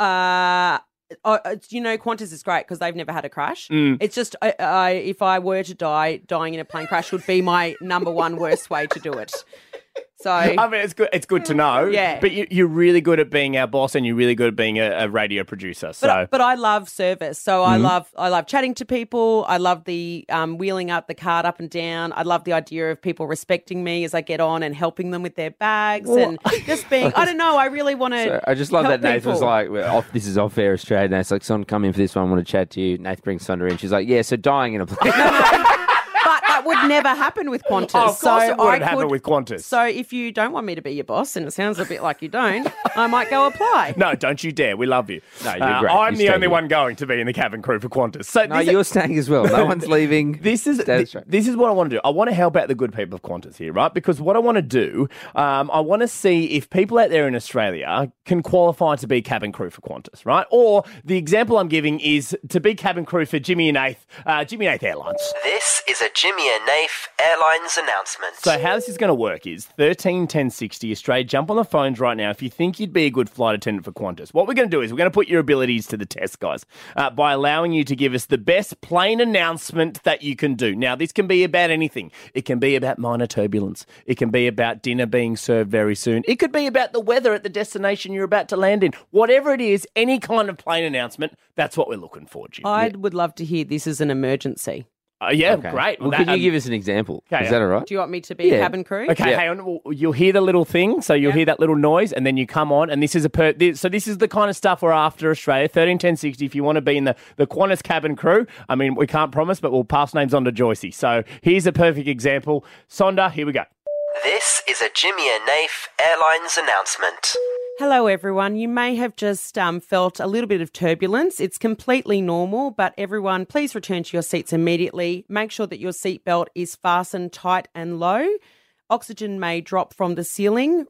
S8: uh oh, uh, you know Qantas is great because they've never had a crash.
S22: Mm.
S8: It's just I, I if I were to die, dying in a plane crash would be my number one worst way to do it. So
S2: I mean, it's good. It's good
S4: Mm,
S2: to know.
S8: Yeah.
S2: But you, you're really good at being our boss, and you're really good at being a, a radio producer. So,
S8: But, but I love service, so I
S2: Mhm.
S8: love I love chatting to people. I love the um, wheeling up the cart up and down. I love the idea of people respecting me as I get on and helping them with their bags and just being. I don't know. I really want to.
S4: So I just love
S8: help
S4: that Nath was
S8: people.
S4: like, we're off, this is off air Australia. Nath's like, Son, come in for this one. I want to chat to you. Nath brings Sonder in. She's like, yeah, so dying in a plane.
S8: but that would never happen with Qantas.
S4: Oh, of course
S8: so
S4: it wouldn't
S8: I
S4: happen
S8: could-
S4: with Qantas.
S8: So if you don't want me to be your boss, and it sounds a bit like you don't, I might go apply.
S2: no, don't you dare. We love you. No,
S4: you're great.
S2: I'm
S4: You
S2: the
S4: stay
S2: only
S4: here.
S2: one going to be in the cabin crew for Qantas. So
S4: no,
S2: this-
S4: you're staying as well. No one's leaving.
S2: This is thi- this is what I want to do. I want to help out the good people of Qantas here, right? Because what I want to do, um, I want to see if people out there in Australia can qualify to be cabin crew for Qantas, right? Or the example I'm giving is to be cabin crew for Jimmy and Eighth, uh, Jimmy and Eighth Airlines.
S23: This is a Jimmy
S1: Air NAIF Airlines announcement.
S2: So how this is going to work is 13 10 60 Australia. Jump on the phones right now if you think you'd be a good flight attendant for Qantas. What we're going to do is we're going to put your abilities to the test, guys, uh, by allowing you to give us the best plane announcement that you can do. Now this can be about anything. It can be about minor turbulence. It can be about dinner being served very soon. It could be about the weather at the destination you're about to land in. Whatever it is, any kind of plane announcement. That's what we're looking for, Jim.
S8: I would love to hear this is an emergency.
S2: Uh, yeah, great.
S4: Well,
S2: That,
S4: can you
S2: um,
S4: give us an example?
S2: okay,
S4: Is that all right?
S8: Do you want me to be
S2: Yeah.
S8: cabin crew?
S2: Okay, hang on. Well, You'll hear the little thing, so you'll hear that little noise, and then you come on. And this is a per- this, so this is the kind of stuff we're after Australia. Thirteen ten sixty. If you want to be in the the Qantas cabin crew, I mean, we can't promise, but we'll pass names on to Joycey. So here's a perfect example. Sonda, here we go.
S1: This is a Jimmy and Naif Airlines announcement.
S8: Hello, everyone. You may have just um, felt a little bit of turbulence. It's completely normal, but everyone, please return to your seats immediately. Make sure that your seatbelt is fastened tight and low. Oxygen may drop from the ceiling.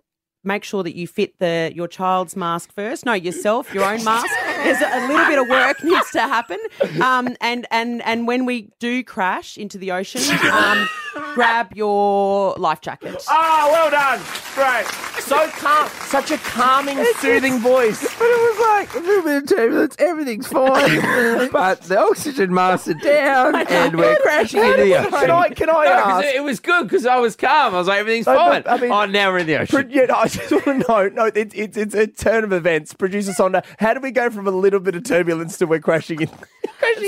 S8: Make sure that you fit the your child's mask first. No, yourself, your own mask. There's a little bit of work needs to happen. Um, and and and when we do crash into the ocean, um, grab your life jacket.
S2: Oh, well done. Great. So calm. Such a calming, soothing voice.
S4: But it was like a little bit of turbulence. Everything's fine. but the oxygen masks are down and we're crashing
S2: How
S4: into
S2: did-
S4: the ocean.
S2: can I- can I
S4: No, 'cause
S2: ask-
S4: It was good because I was calm. I was like, everything's
S2: No,
S4: fine.
S2: but, I mean-
S4: oh, now we're in the ocean.
S2: Pro- yeah, no, I just want to know. No, it, it's it's a turn of events. Producer Sonda, how do we go from a little bit of turbulence to we're crashing in?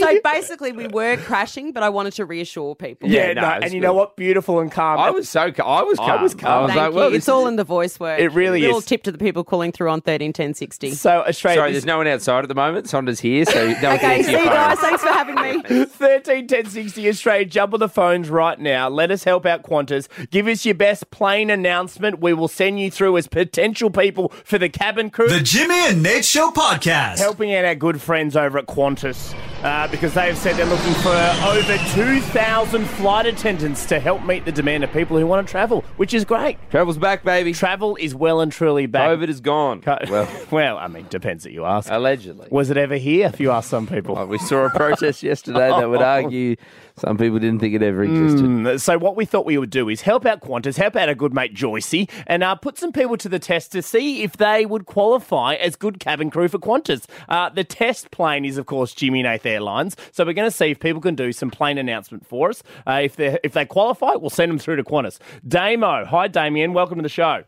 S8: So basically, we were crashing, but I wanted to reassure people.
S2: Yeah, no, and you know what? Beautiful and calm. I
S4: was so calm. I was
S2: I was calm.
S8: Thank you. it's all in the voice work.
S2: It really
S8: Little
S2: is.
S8: tip to the people calling through on thirteen ten sixty.
S2: So Australia.
S4: Sorry, there's no one outside at the moment. Sonda's here, so no one
S8: okay,
S4: can
S8: see
S4: see
S8: you guys. Thanks for having me.
S2: 13 10 60 Australia. Jump on the phones right now. Let us help out Qantas. Give us your best plane announcement. We will send you through as potential people for the cabin crew.
S5: The Jimmy and Nate Show podcast.
S2: Helping out our good friends over at Qantas uh, because they have said they're looking for over 2,000 flight attendants to help meet the demand of people who want to travel, which is great.
S4: Travel's back, baby.
S2: Travel is well and truly back.
S4: COVID is gone.
S2: well, well, I mean, depends that you ask.
S4: Allegedly. Uh,
S2: Was it ever here? If you ask some people,
S4: we saw a protest yesterday that would argue some people didn't think it ever existed.
S2: Mm, so what we thought we would do is help out Qantas, help out our good mate Joycey, and uh, put some people to the test to see if they would qualify as good cabin crew for Qantas. Uh, the test plane is, of course, Jimmy Nath Airlines. So we're going to see if people can do some plane announcement for us. Uh, if they if they qualify, we'll send them through to Qantas. Damo, hi Damien, welcome to the show.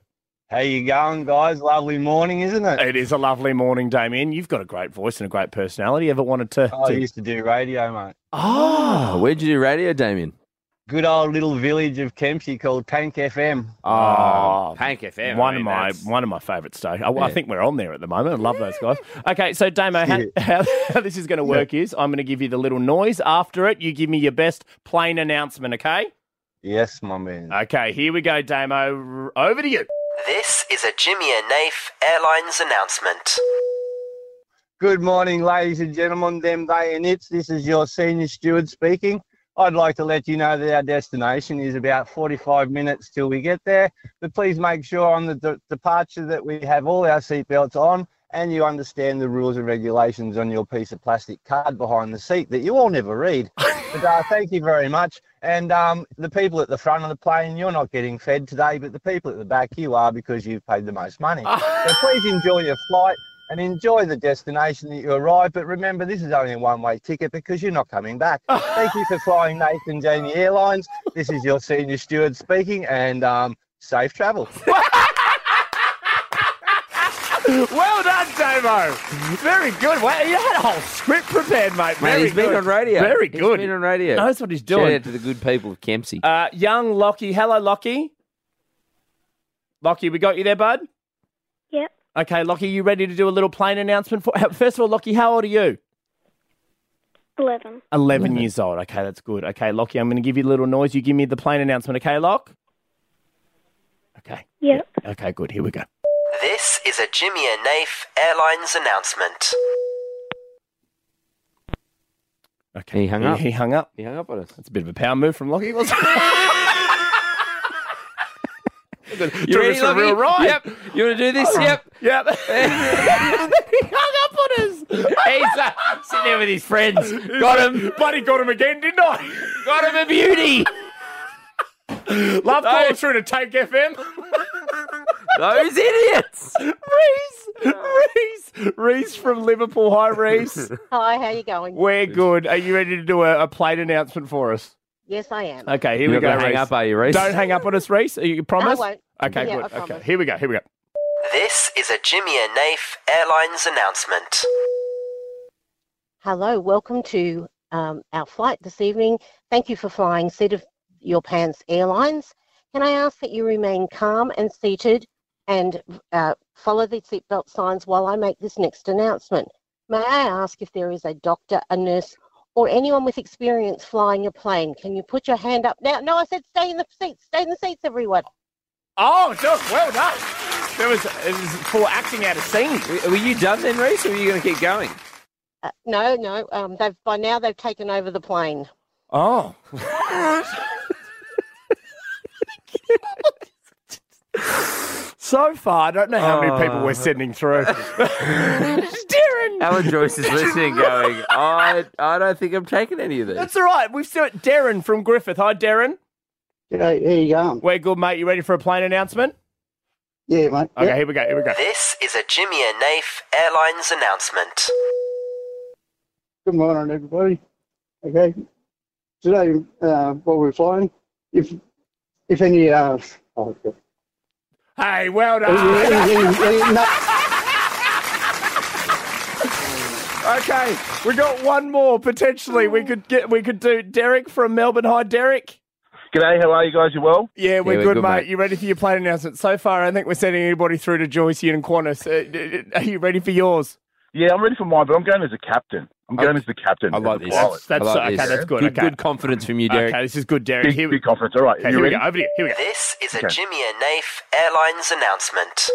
S22: How you going, guys? Lovely morning, isn't it?
S2: It is a lovely morning, Damien. You've got a great voice and a great personality. Ever wanted to?
S22: I
S5: Oh,
S2: to-
S22: used to do radio, mate.
S2: Oh,
S4: where'd you do radio, Damien?
S22: Good old little village of Kempsey called Tank FM. Ah,
S2: Oh,
S4: Pank FM,
S2: One
S4: I mean,
S2: of my
S4: that's-
S2: one of my favourites, though. I, I
S4: Yeah.
S2: think we're on there at the moment. I love those guys. Okay, so Damo, how, how, how this is going to work is I'm going to give you the little noise. After it, you give me your best plane announcement. Okay.
S22: Yes, my man.
S2: Okay, here we go, Damo. R- Over to you.
S1: This is a Jimmy and Naif Airlines announcement.
S22: Good morning, ladies and gentlemen, them day and it's. This is your senior steward speaking. I'd like to let you know that our destination is about 45 minutes till we get there, but please make sure on the de- departure that we have all our seatbelts on and you understand the rules and regulations on your piece of plastic card behind the seat that you all never read. but, uh, thank you very much. And um, the people at the front of the plane, you're not getting fed today, but the people at the back, you are because you've paid the most money. so please enjoy your flight and enjoy the destination that you arrive. But remember, this is only a one-way ticket because you're not coming back. Thank you for flying Nathan Janie Airlines. This is your senior steward speaking, and um, safe travel.
S2: well done, Damo. Very good. Wow, you had a whole script prepared, mate.
S4: Man,
S2: Very
S4: he's been
S2: good.
S4: on radio.
S2: Very good.
S4: He's been on radio.
S2: Knows what he's
S4: Shout
S2: doing.
S4: out to the good people of Kempsey.
S2: Uh, young Lockie. Hello, Lockie. Lockie, we got you there, bud?
S17: Yep.
S2: Okay, Lockie, you ready to do a little plane announcement? For First of all, Lockie, how old are you?
S17: 11.
S2: 11, years old. Okay, that's good. Okay, Lockie, I'm going to give you a little noise. You give me the plane announcement, okay, Lock?
S17: Yep.
S2: Okay, good. Here we go.
S1: This is a Jimmy and Naif Airlines announcement.
S2: Okay.
S4: He hung up.
S2: He, hung up.
S4: He hung up on us.
S2: That's a bit of a power move from Lockie, wasn't it?
S4: You
S2: Took
S4: ready,
S2: us a
S4: Lockie?
S2: real ride.
S4: Yep. You want to do this? Yep.
S2: Yep.
S4: he
S2: hung up on us.
S4: He's uh, sitting there with his friends. Got him.
S2: Buddy got him again, didn't I?
S4: Got him a beauty.
S2: Love calling through to Take FM.
S4: Those idiots.
S2: Reese, Reese, Reese from Liverpool. Hi, Reese.
S3: Hi, how you going?
S2: We're good. Are you ready to do a, a plate announcement for us?
S3: Yes, I am.
S2: Okay, here
S4: You're not
S2: we go.
S4: gonna hang
S2: Reese.
S4: up, are you, Reese?
S2: Don't hang up on us, Reese. Are you promise?
S3: won't.
S2: Okay,
S3: Yeah, I
S2: good. Okay,
S3: promise.
S2: here we go. Here we go.
S1: This is a Jimmy and Naif Airlines announcement.
S3: Hello, welcome to um, our flight this evening. Thank you for flying Seat of Your Pants Airlines. Can I ask that you remain calm and seated and uh, follow the seatbelt signs while I make this next announcement? May I ask if there is a doctor, a nurse, or anyone with experience flying a plane? Can you put your hand up now? No, I said stay in the seats. Stay in the seats, everyone.
S2: Oh, just well done. There was, it was for acting out a scene.
S4: Were you done then, Reese, or were you going to keep going?
S3: Uh, no, no. Um, they've by now they've taken over the plane.
S2: Oh. So far, I don't know how many people
S4: Oh.
S2: we're sending through. Darren!
S4: Alan Joyce is listening, going, I, I don't think I'm taking any of this.
S2: That's all right. We've still Darren from Griffith. Hi, Darren.
S7: G'day, how you going?
S2: We're good, mate. You ready for a plane announcement?
S7: Yeah, mate.
S2: Okay, here we go. Here we go.
S1: This is a Jimmy and Naif Airlines announcement.
S7: Good morning, everybody. Okay, today uh, while we're flying, if if any uh, oh, God.
S2: Hey, well
S7: Any- any-
S2: done.
S7: any- any- no,
S2: okay, we got one more potentially. We could get we could do Derek from Melbourne. Hi, Derek.
S23: G'day, how are you guys? You well?
S2: Yeah, we're, good, mate. You ready for your plane announcement? So far, I don't think we're sending anybody through to Joyce and Qantas. Uh, d- d- are you ready for yours?
S23: Yeah, I'm ready for mine, but I'm going as a captain. I'm going as the captain. I like
S4: this.
S2: That's, that's
S4: I like
S2: okay.
S4: this.
S2: That's good.
S4: Good-
S2: okay.
S4: good confidence from you, Derek.
S2: Okay, this is good, Derek.
S23: Big,
S2: Here we-
S23: big conference. All right,
S2: Okay,
S23: you
S2: here we
S23: ready?
S2: go. Over to you. Here we go.
S1: This is a
S23: Okay.
S1: Jimmy and Naif Airlines announcement.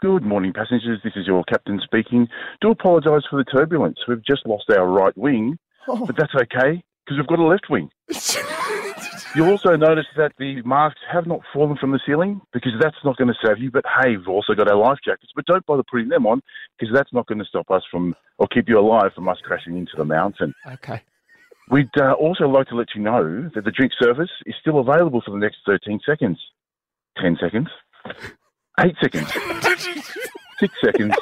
S23: Good morning, passengers. This is your captain speaking. Do apologise for the turbulence. We've just lost our right wing, but that's okay because we've got a left wing. You'll also notice that the masks have not fallen from the ceiling because that's not going to save you. But hey, we've also got our life jackets, but don't bother putting them on because that's not going to stop us from or keep you alive from us crashing into the mountain.
S2: Okay.
S23: We'd uh, also like to let you know that the drink service is still available for the next 13 seconds, 10 seconds, 8 seconds, 6 seconds.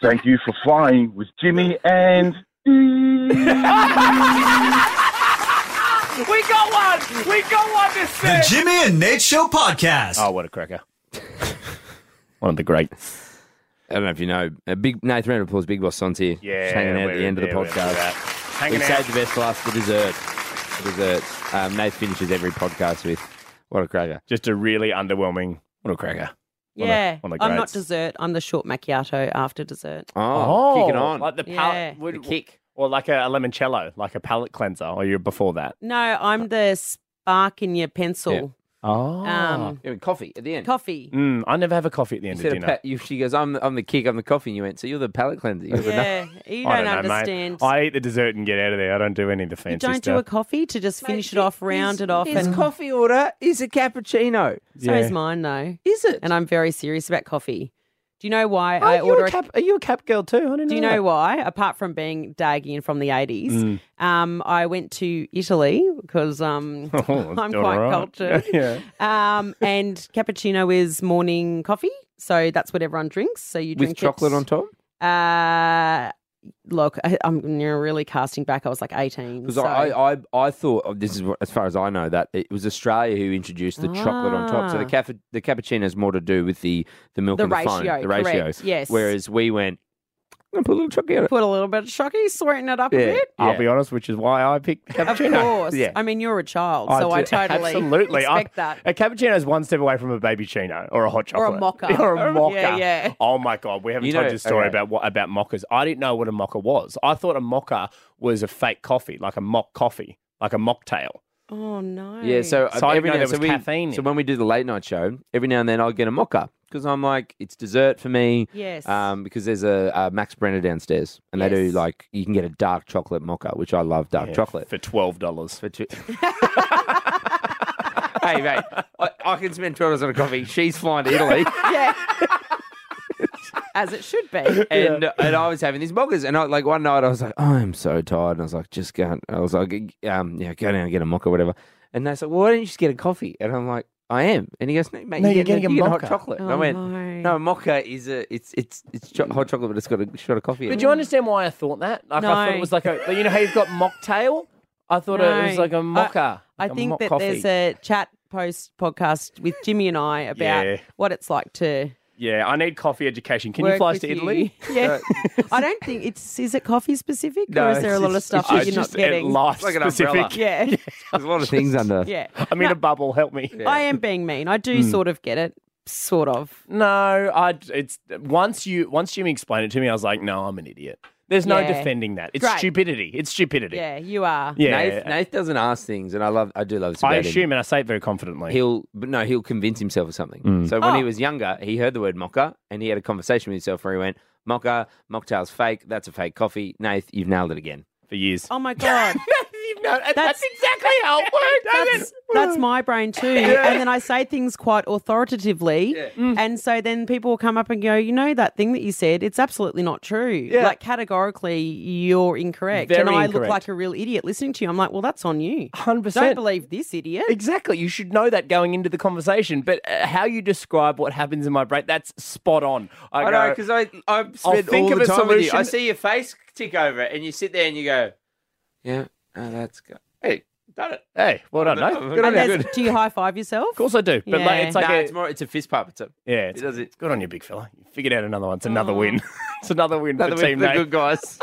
S23: Thank you for flying with Jimmy and.
S2: We got one. We got one this
S23: The Jimmy
S2: and Nate Show podcast. Oh, what a cracker! One of the great.
S4: I don't know if you know, uh, Big Nathan Randall Paul's Big Boss Son's here.
S2: Yeah,
S4: just hanging out at the
S2: we're-
S4: end of the
S2: yeah, we're
S4: podcast.
S2: about hanging
S4: we
S2: out.
S4: saved the best for last. The dessert, the dessert. Um, Nate finishes every podcast with, "What a cracker!"
S2: Just a really underwhelming. What a cracker! One of-
S8: Yeah.
S2: one of the
S8: I'm not
S2: greats.
S8: dessert. I'm the short macchiato after dessert.
S2: Oh,
S8: kicking on.
S2: Like the
S8: Yeah.
S2: palate, would, kick, or like a, a limoncello, like a palate cleanser, or you're before that.
S8: No, I'm the spark in your pencil.
S2: Oh,
S8: Um,
S4: Yeah, with coffee at the end.
S8: Coffee.
S2: Mm, I never have a coffee at the end
S4: Instead
S2: of
S4: of
S2: dinner.
S4: pa- you, she goes, "I'm, I'm the kick, I'm the coffee." And you went, "So you're the palate cleanser." You're the-
S8: Yeah, you
S2: I
S8: don't,
S2: don't know, mate.
S8: understand.
S2: I eat the dessert and get out of there. I don't do any of the fancy
S8: You don't do a
S2: stuff.
S8: coffee to just finish it off, round it off,
S4: his
S8: and
S4: coffee order is a cappuccino.
S8: So is mine though.
S4: Is it?
S8: And I'm very serious about coffee. Do you know why
S4: Are
S8: I
S4: you a
S8: order?
S4: cap- are you a cap girl too? I didn't
S8: Do you
S4: know that.
S8: know why? Apart from being daggy and from the 80s,
S4: Mm.
S8: um, I went to Italy because um,
S2: Oh,
S8: I'm
S2: doing
S8: quite
S2: all right.
S8: cultured.
S2: Yeah.
S8: Um, and cappuccino is morning coffee, so that's what everyone drinks. So you drink
S4: with chocolate
S8: it.
S4: on top.
S8: Uh, look, I, I'm you know, really casting back. I was like 18.
S4: Because
S8: so-
S4: I, I, I thought oh, this is what- as far as I know that it was Australia who introduced the chocolate on top. So the
S8: Ah.
S4: caffe, the cappuccino is more to do with the the milk
S8: The
S4: and the foam,
S8: ratio,
S4: the ratio.
S8: correct, yes.
S4: Whereas we went I'm gonna put a little chocolate on it.
S8: put a little bit of chocolate, sweeten it up a bit.
S2: I'll be honest, which is why I picked
S8: Of
S2: cappuccino.
S8: course. I mean, you're a child, so I,
S2: Oh, do-
S8: totally
S2: absolutely. I-
S8: expect that.
S2: A cappuccino is one step away from a baby chino or a hot
S8: Or a
S2: chocolate
S8: mocha.
S2: or a
S8: Yeah,
S2: mocha.
S8: yeah.
S2: Oh my god, we haven't
S4: You
S2: told
S4: know-
S2: you a story
S4: okay.
S2: about what about mochas. I didn't know what a mocha was. I thought a mocha was a fake coffee, like a mock coffee, like a mocktail.
S8: Oh no.
S4: Yeah, so,
S2: So I didn't
S4: every
S2: know
S4: now
S2: there
S4: so
S2: was
S4: we,
S2: caffeine in
S4: So when we do the late night show, every now and then I'll get a mocha because I'm like, it's dessert for me.
S8: Yes.
S4: Um, because there's a, a Max Brenner downstairs, and they do
S8: Yes.
S4: like you can get a dark chocolate mocha, which I love dark
S2: Yeah,
S4: chocolate
S2: for twelve dollars.
S4: For two. hey mate, I, I can spend twelve dollars on a coffee. She's flying to Italy.
S8: yeah. As it should be.
S4: and and I was having these mockers, and I like "Oh, one night I was like, I'm so tired, and I was like, just go. I was like, um, yeah, go down and get a mock or whatever. And Nate's like, well, why don't you just get a coffee? And I'm like, I am. And he goes, no, mate,
S2: No,
S4: you're,
S2: you're
S4: getting,
S2: getting a
S4: you're getting hot
S2: mocha."
S4: chocolate. and I
S2: Oh,
S4: went,
S2: no.
S4: no, mocha is a, it's, it's, it's cho- hot chocolate, but it's got a shot of coffee. in
S2: But
S4: it.
S2: do you understand why I thought that? Like I thought
S8: No.
S2: it was like a, you know how you've got mocktail. I thought it was
S8: No.
S2: like a mocha.
S8: I, I
S2: like a
S8: think
S2: mock
S8: that
S2: coffee.
S8: there's a chat post podcast with Jimmy and I about
S2: Yeah.
S8: what it's like to.
S2: Yeah, I need coffee education. Can you
S8: work
S2: fly us
S8: with
S2: to Italy?
S8: you. Yeah, I don't think it's is it coffee specific or is there a lot of
S2: it's-
S8: stuff
S2: it's
S8: that you're
S2: just-
S8: not
S2: it's just
S8: getting?
S2: Life specific.
S8: Yeah.
S4: There's a lot of things under.
S8: Yeah.
S2: I'm in a bubble. Help me.
S8: I am being mean. I do
S2: Mm.
S8: sort of get it, sort of.
S2: No, I. It's once you once Jimmy explained it to me, I was like, no, I'm an idiot. There's no
S8: Yeah.
S2: defending that. It's
S8: Great.
S2: stupidity. It's stupidity.
S8: Yeah, you are.
S2: Yeah.
S4: Nath, Nath doesn't ask things, and I love, I do love this.
S2: I
S4: about him.
S2: assume, and I say it very confidently.
S4: He'll, but no, he'll convince himself of something.
S2: Mm.
S4: So when he
S2: Oh.
S4: was younger, he heard the word mocha, and he had a conversation with himself where he went, "Mocha, mocktail's fake. That's a fake coffee." Nath, you've nailed it again
S2: for years.
S8: Oh my god.
S2: that's, exactly how it
S8: That's, that's my brain too.
S6: Yeah.
S8: And then I say things quite authoritatively. And so then people will come up and go, you know, that thing that you said, it's absolutely not true.
S6: Yeah.
S8: Like categorically, you're incorrect.
S2: Very
S8: and I look
S2: incorrect.
S8: like a real idiot listening to you. I'm like, well, that's on you.
S2: 100%.
S8: Don't believe this idiot.
S2: Exactly. You should know that going into the conversation. But uh, how you describe what happens in my brain, that's spot on.
S4: I know because I I spend all
S2: think of
S4: the
S2: a
S4: time with you.
S2: solution.
S4: I see your face tick over, and you sit there and you go, "Yeah, oh, that's good." Hey, done it.
S2: Hey, well done, mate.
S4: Good on
S8: And
S4: you.
S8: there's-
S4: Good.
S8: Do you high five yourself? Of
S2: course I do. But like, it's like
S4: Nah,
S2: a-
S4: it's more. It's a fist pump. It's a
S2: Yeah, it's,
S4: does it.
S2: Good on you, big fella. You figured out another one. It's another win. it's another win
S4: Another
S2: for
S4: win
S2: team
S4: for the
S2: Nate.
S4: good guys.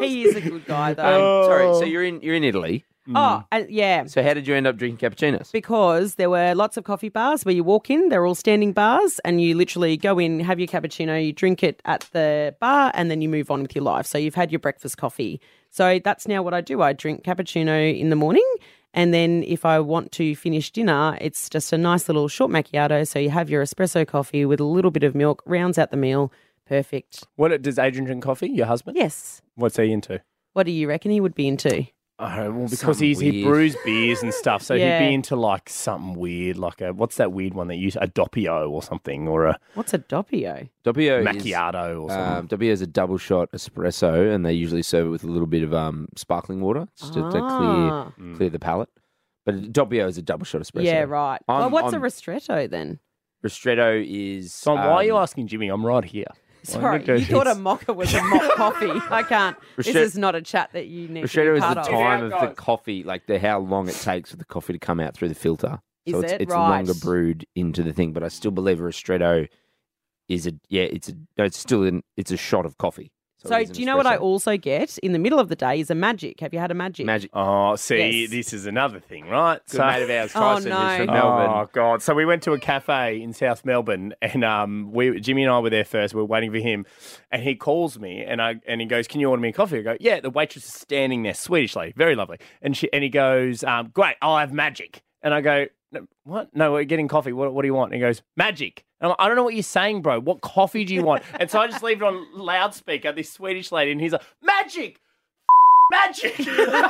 S8: He is a good guy,
S4: Um,
S8: though.
S4: Sorry.
S2: Oh.
S4: So you're in you're in Italy. mm.
S8: Oh, and yeah.
S4: So how did you end up drinking cappuccinos?
S8: Because there were lots of coffee bars where you walk in, they're all standing bars, and you literally go in, have your cappuccino, you drink it at the bar, and then you move on with your life. So you've had your breakfast coffee. So that's now what I do. I drink cappuccino in the morning, and then if I want to finish dinner, it's just a nice little short macchiato. So you have your espresso coffee with a little bit of milk, rounds out the meal. Perfect.
S2: What does Adrian drink coffee? Your husband?
S8: Yes.
S2: What's he into?
S8: What do you reckon he would be into?
S2: Oh, well, because
S4: Something
S2: he's, he
S4: weird.
S2: brews beers and stuff, so he'd
S8: Yeah.
S2: be into like something weird, like a what's that weird one that you use a doppio or something, or a
S8: What's a doppio?
S4: Doppio
S2: Macchiato
S4: is,
S2: or something.
S4: Um, Doppio is a double shot espresso, and they usually serve it with a little bit of um, sparkling water just to, to
S8: Ah.
S4: clear clear the palate. But Doppio is a double shot espresso.
S8: Yeah, right.
S4: I'm-
S8: well, what's
S4: I'm-
S8: a ristretto then?
S4: Ristretto is. um,
S2: So why are you asking Jimmy? I'm right here.
S8: Sorry, you thought a mocha was a mock coffee. I can't. This
S4: Ristret-
S8: is not a chat that you need to
S4: Ristretto
S8: be
S4: is
S8: part
S4: the
S8: of.
S4: time of the coffee, like the how long it takes for the coffee to come out through the filter.
S8: Is
S4: so it's,
S8: it?
S4: it's
S8: Right.
S4: longer brewed into the thing, but I still believe a ristretto is a yeah. It's a no, it's still an it's a shot of coffee.
S8: So,
S4: it is an
S8: do you know what I
S4: espresso.
S8: also get in the middle of the day is a magic. Have you had a magic?
S4: Magic.
S2: Oh, see,
S8: Yes.
S2: this is another thing, right?
S4: Good mate of ours, Oh, Tyson, who's no. from Melbourne.
S2: Oh god! So we went to a cafe in South Melbourne, and um, we Jimmy and I were there first. We are waiting for him, and he calls me, and I and he goes, "Can you order me a coffee?" I go, "Yeah." The waitress is standing there, Swedish lady, very lovely, and she and he goes, um, "Great, I'll have magic." And I go, "No, "What? No, we're getting coffee. What, what do you want?" And he goes, "Magic." And I'm like, I don't know what you're saying, bro. What coffee do you want? And so I just leave it on loudspeaker. This Swedish lady, and he's like, "Magic." magic,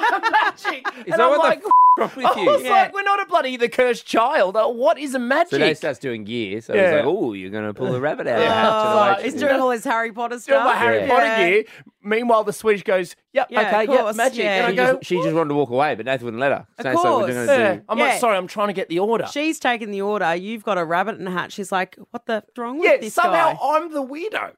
S2: magic.
S4: Is
S2: and
S4: that
S2: I'm
S4: what the
S2: like,
S4: f- wrong with
S2: I
S4: you?
S2: was like, we're not a bloody the cursed child. Uh, What is a magic?
S4: So they starts doing gear. So yeah.
S2: Yeah.
S4: like, oh, you're going to pull the rabbit out of
S2: Yeah.
S4: the hat. to the
S2: Oh,
S4: waitress."
S8: He's doing all his Harry Potter
S2: Doing
S8: stuff.
S2: my Harry
S4: Yeah.
S2: Potter
S8: Yeah.
S2: gear. Meanwhile, the Swedish goes, "Yep,
S8: Yeah, of
S2: okay, yep,
S8: course,
S2: magic."
S8: yeah.
S2: And I
S4: She,
S2: go,
S4: just, she just wanted to walk away, but Nathan wouldn't let her. So
S8: Of
S4: it's like, we're
S8: course.
S4: gonna
S2: Yeah.
S4: do-
S2: "I'm
S8: Yeah.
S2: like, sorry, I'm trying to get the order."
S8: She's taking the order. You've got a rabbit in a hat. She's like, what the f- wrong with
S2: yeah,
S8: this
S2: somehow
S8: guy?
S2: I'm the weirdo.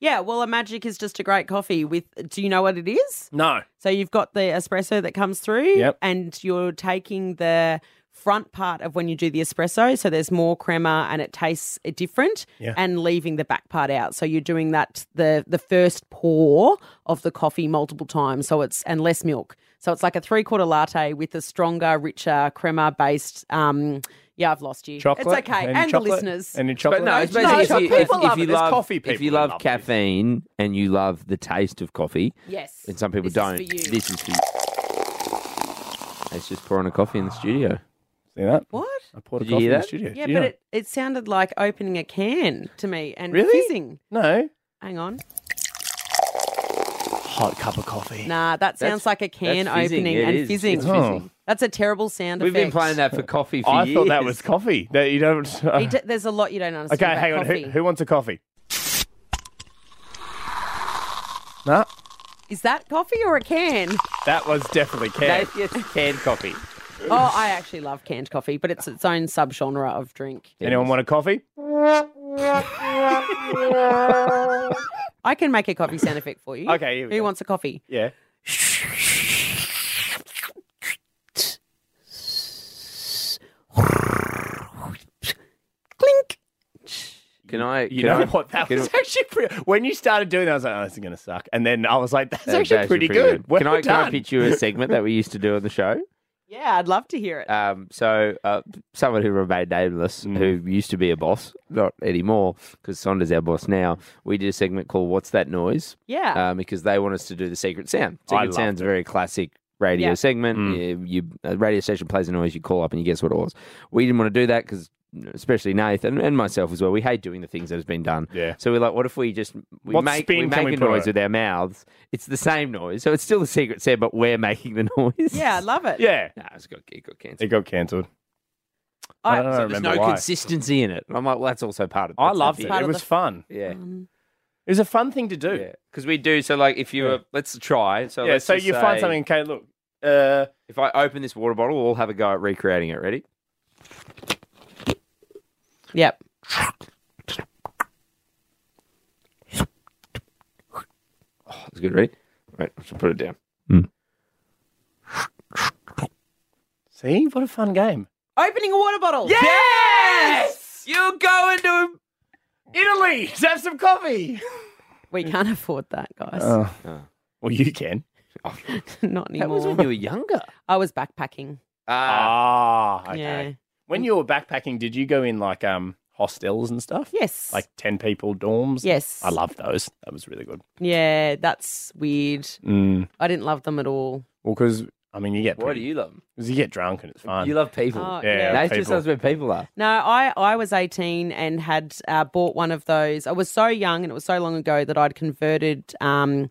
S8: Yeah, well, a magic is just a great coffee with. Do you know what it is?
S2: No.
S8: So you've got the espresso that comes through,
S2: Yep.
S8: and you're taking the front part of when you do the espresso. So there's more crema and it tastes different,
S6: Yeah.
S8: and leaving the back part out. So you're doing that the the first pour of the coffee multiple times. So it's and less milk. So it's like a three quarter latte with a stronger, richer crema based. Um, yeah, I've lost you. It's
S2: Chocolate
S8: okay,
S2: and
S8: and,
S2: chocolate
S8: the listeners
S2: and in chocolate.
S8: But no,
S2: it's basically-
S4: if you-
S2: people
S4: if-
S2: love
S4: if you
S2: it. There's
S4: love-
S2: coffee
S4: if you
S2: people
S4: love
S2: love this.
S4: caffeine and you love the taste of coffee,
S8: Yes.
S4: and some people
S8: This is
S4: don't,
S8: for you.
S4: this is for you. It's just pouring a coffee in the studio.
S2: See that?
S8: What?
S2: I poured
S4: Did you hear that?
S8: Yeah, but it, it sounded like opening a can to me and
S4: Really?
S8: fizzing.
S2: No.
S8: Hang on.
S2: Hot cup of coffee.
S8: Nah, that sounds
S4: That's-
S8: like a can
S4: that's fizzing.
S8: opening
S4: It
S8: and
S4: is.
S8: fizzing.
S4: It's fizzing.
S8: That's a terrible sound
S4: We've been
S8: effect.
S4: playing that for coffee for
S2: I
S4: years.
S2: thought that was coffee. That you don't.
S8: He d- there's a lot you don't understand.
S2: okay,
S8: about
S2: hang on.
S8: coffee.
S2: Who, who wants a coffee? Nah,
S8: Is that coffee or a can?
S2: that was definitely canned.
S4: Nath gets canned coffee.
S8: Oh, I actually love canned coffee, but it's its own subgenre of drink.
S2: Anyone want a coffee?
S8: I can make a coffee sound effect for you.
S2: Okay, here we
S8: Who
S2: go.
S8: wants a coffee?
S2: Yeah.
S4: Can I?
S2: You
S4: can
S2: know
S4: I-
S2: what? That
S4: can-
S2: was actually pretty. When you started doing that, I was like, oh, this is going to suck. And then I was like, that's, actually, pretty, good. Well
S4: can I can I
S2: done.
S4: pitch you a segment that we used to do on the show?
S8: Yeah, I'd love to hear it.
S4: Um, so uh, someone who remained nameless,
S2: Mm.
S4: who used to be a boss, not anymore because Sonda's our boss now. We did a segment called "What's That Noise?"
S8: Yeah.
S4: um, because they want us to do the secret sound.
S2: I Mm.
S4: Secret
S2: loved
S4: sound's a very classic radio
S2: Yeah.
S4: segment. You, you a radio station plays a noise, you call up and you guess what it was. We didn't want to do that because. Especially Nathan and myself as well. We hate doing the things that has been done. Yeah. So we're like, what if we just we
S2: What
S4: make
S2: spin
S4: we
S2: can
S4: make
S2: we
S4: a
S2: put on
S4: noise
S2: it?
S4: with our mouths? It's the same noise, so it's still the secret sound, but we're making the noise.
S8: Yeah, I love it.
S2: Yeah.
S4: Nah, it's got it got cancelled.
S2: It got cancelled.
S8: I-
S2: I don't know,
S4: So there's
S2: remember
S4: no
S2: why.
S4: consistency in it. And I'm like, well, that's also part of.
S2: I
S4: that's the
S2: loved
S4: thing.
S2: it. It was fun.
S4: Yeah.
S2: It was a fun thing to do.
S4: Because we do so, like, if you were, let's try. So
S2: yeah,
S4: let's
S2: so
S4: just
S2: you find
S4: say-
S2: something, okay, look. Uh,
S4: If I open this water bottle, we'll have a go at recreating it. Ready?
S8: Yep.
S4: Oh, That's good. Ready? Right, I should put it down.
S2: See, what a fun game.
S8: Opening a water bottle. Yes!
S4: You go into
S2: Italy to have some coffee.
S8: We can't afford that, guys.
S2: Uh, Well, you can.
S8: Not anymore.
S4: Oh. That was when you were younger.
S8: I was backpacking.
S2: Ah, okay.
S8: Yeah.
S2: When you were backpacking, did you go in like um hostels and stuff?
S8: Yes.
S2: Like 10 people dorms?
S8: Yes.
S2: I love those. That was really good.
S8: Yeah, that's weird.
S2: Mm.
S8: I didn't love them at all.
S2: Well, because, I mean, you get.
S8: Why do you love 'em?
S2: Because you get drunk and it's fun.
S4: You love people.
S8: Oh, yeah.
S2: yeah.
S4: That's
S2: people.
S4: just us where people are.
S8: No, I, I was 18 and had uh, bought one of those. I was so young and it was so long ago that I'd converted um,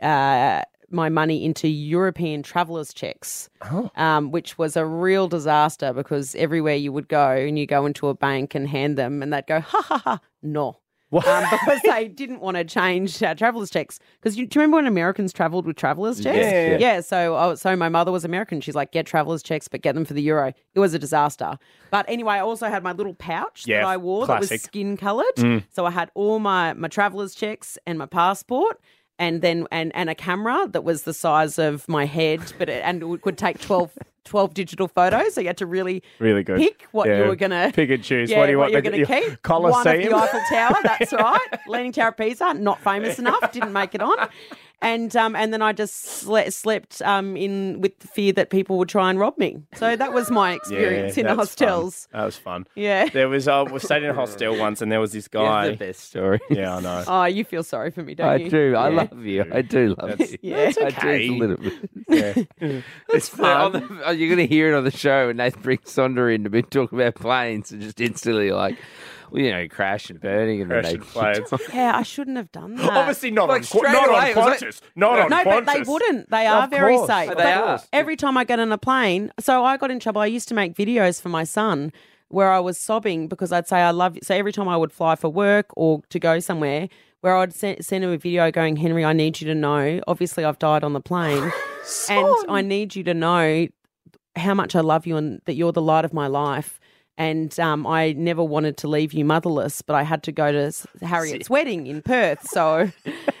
S8: uh, my money into European traveller's checks, um, which was a real disaster because everywhere you would go and you go into a bank and hand them and they'd go, ha ha ha, no. Um, because they didn't want to change uh, travelers checks. Because you, do you remember when Americans travelled with travelers
S4: Mm.
S8: checks?
S6: Yeah, yeah, yeah.
S8: So, oh, so my mother was American. She's like, get travelers checks, but get them for the euro. It was a disaster. But anyway, I also had my little pouch
S6: Yeah,
S8: that I wore that was
S6: classic.
S8: skin coloured.
S6: Mm.
S8: So I had all my my travelers checks and my passport. And then and and a camera that was the size of my head, but it, and it could take 12, 12 digital photos. So you had to really
S2: Really good.
S8: Pick what you
S2: Yeah.
S8: were gonna
S2: Pick and choose.
S8: Yeah,
S2: What do you want?
S8: You're
S2: The-
S8: gonna
S2: your
S8: keep One of
S2: Colosseum?
S8: the Eiffel Tower. That's right. Leaning Tower of Pisa. Not famous enough. Didn't make it on. And um and then I just slept, slept um in with the fear that people would try and rob me. So that was my experience
S2: that's
S8: in the
S2: fun.
S8: hostels.
S2: That was fun.
S8: Yeah.
S2: There was, uh, we stayed in a hostel once and there was this guy.
S4: the best story.
S2: Yeah, I know.
S8: Oh, you feel sorry for me, don't
S4: I
S8: you?
S4: do. I
S8: Yeah.
S4: love you. I do love
S8: That's-
S4: you.
S8: Yeah. that's
S4: I do
S8: okay.
S4: a little bit.
S2: Yeah.
S4: it's fun. you're going to hear it on the show, and Nathan brings Sonder in to be talking about planes, and just instantly like, well, you know, crash and burning, and
S2: Crash
S4: then
S2: and planes.
S8: Yeah, I shouldn't have done that.
S2: Obviously not
S4: Like
S2: on, qu-
S4: straight
S2: not
S4: away,
S2: on
S4: it was like-
S2: Qantas. Not on
S8: no,
S2: Qantas.
S8: but they wouldn't. They are
S2: Of
S8: very
S2: course.
S8: safe.
S2: Of
S8: But
S2: course.
S8: Every time I got on a plane, so I got in trouble. I used to make videos for my son where I was sobbing because I'd say I love you. So every time I would fly for work or to go somewhere, where I'd send, send him a video going, Henry, I need you to know. Obviously, I've died on the plane, and I need you to know how much I love you and that you're the light of my life. And um, I never wanted to leave you motherless, but I had to go to S- Harriet's wedding in Perth. So, um,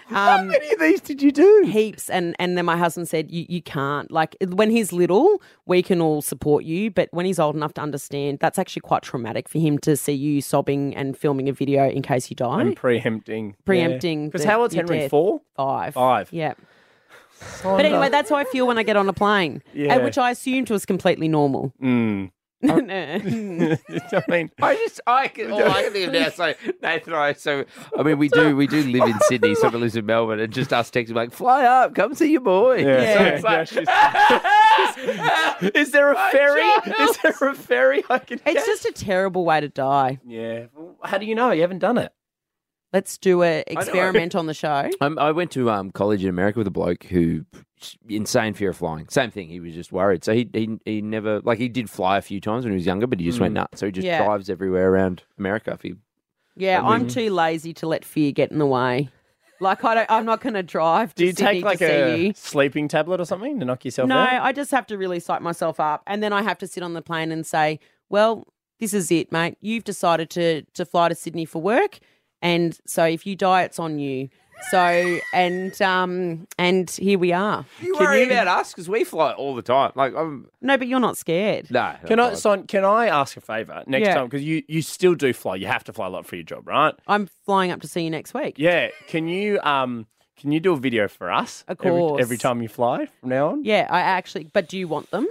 S8: how many
S2: of these did you do?
S8: Heaps. And and then my husband said, you, you can't. Like when he's little, we can all support you, but when he's old enough to understand, that's actually quite traumatic for him to see you sobbing and filming a video in case you die.
S2: And preempting.
S8: preempting.
S2: Because
S8: the-
S2: how old's
S8: your
S2: Henry?
S8: death.
S2: Four?
S8: Five.
S2: Five. Oh,
S8: Yeah. But anyway, that's how I feel when I get on a plane,
S2: Yeah.
S8: and which I assumed was completely normal.
S2: Mm.
S8: I
S2: mean,
S4: I just, I can, all I can think of now, so Nathan and I, so, I mean, we do, we do live in Sydney, someone lives in Melbourne, and just us texting, like, fly up, come see your boy.
S2: Yeah.
S4: So it's like,
S2: Is there a ferry? Is there a ferry I can
S8: It's just a terrible way to die.
S2: Yeah. Well, How do you know? You haven't done it.
S8: Let's do an
S4: know.
S8: experiment on the show.
S4: Um, I went to um, college in America with a bloke who insane fear of flying. Same thing. He was just worried. So he he, he never like he did fly a few times when he was younger, but he just went
S8: Mm.
S4: nuts. So he just
S8: Yeah.
S4: drives everywhere around America. If he
S8: Yeah,
S4: I
S8: I'm
S4: mean-
S8: too lazy to let fear get in the way. Like I don't, I'm not going to drive.
S2: Do
S8: to
S2: you
S8: Sydney
S2: take
S8: to
S2: like
S8: see
S2: a
S8: you.
S2: sleeping tablet or something to knock yourself
S8: No,
S2: out?
S8: I just have to really psych myself up, and then I have to sit on the plane and say, "Well, this is it, mate. You've decided to to fly to Sydney for work, and so if you die, it's on you." So and um and here we are.
S4: You worry about us because we fly all the time. Like I'm
S8: No, but you're not scared.
S4: no.
S2: Can I, son, can I ask a favour next
S8: Yeah.
S2: time? Because you, you still do fly. You have to fly a lot for your job, right?
S8: I'm flying up to see you next week.
S2: Yeah. Can you um can you do a video for us?
S8: Of
S2: every-
S8: course.
S2: Every, time you fly from now on,
S8: Yeah, I actually. But do you want them?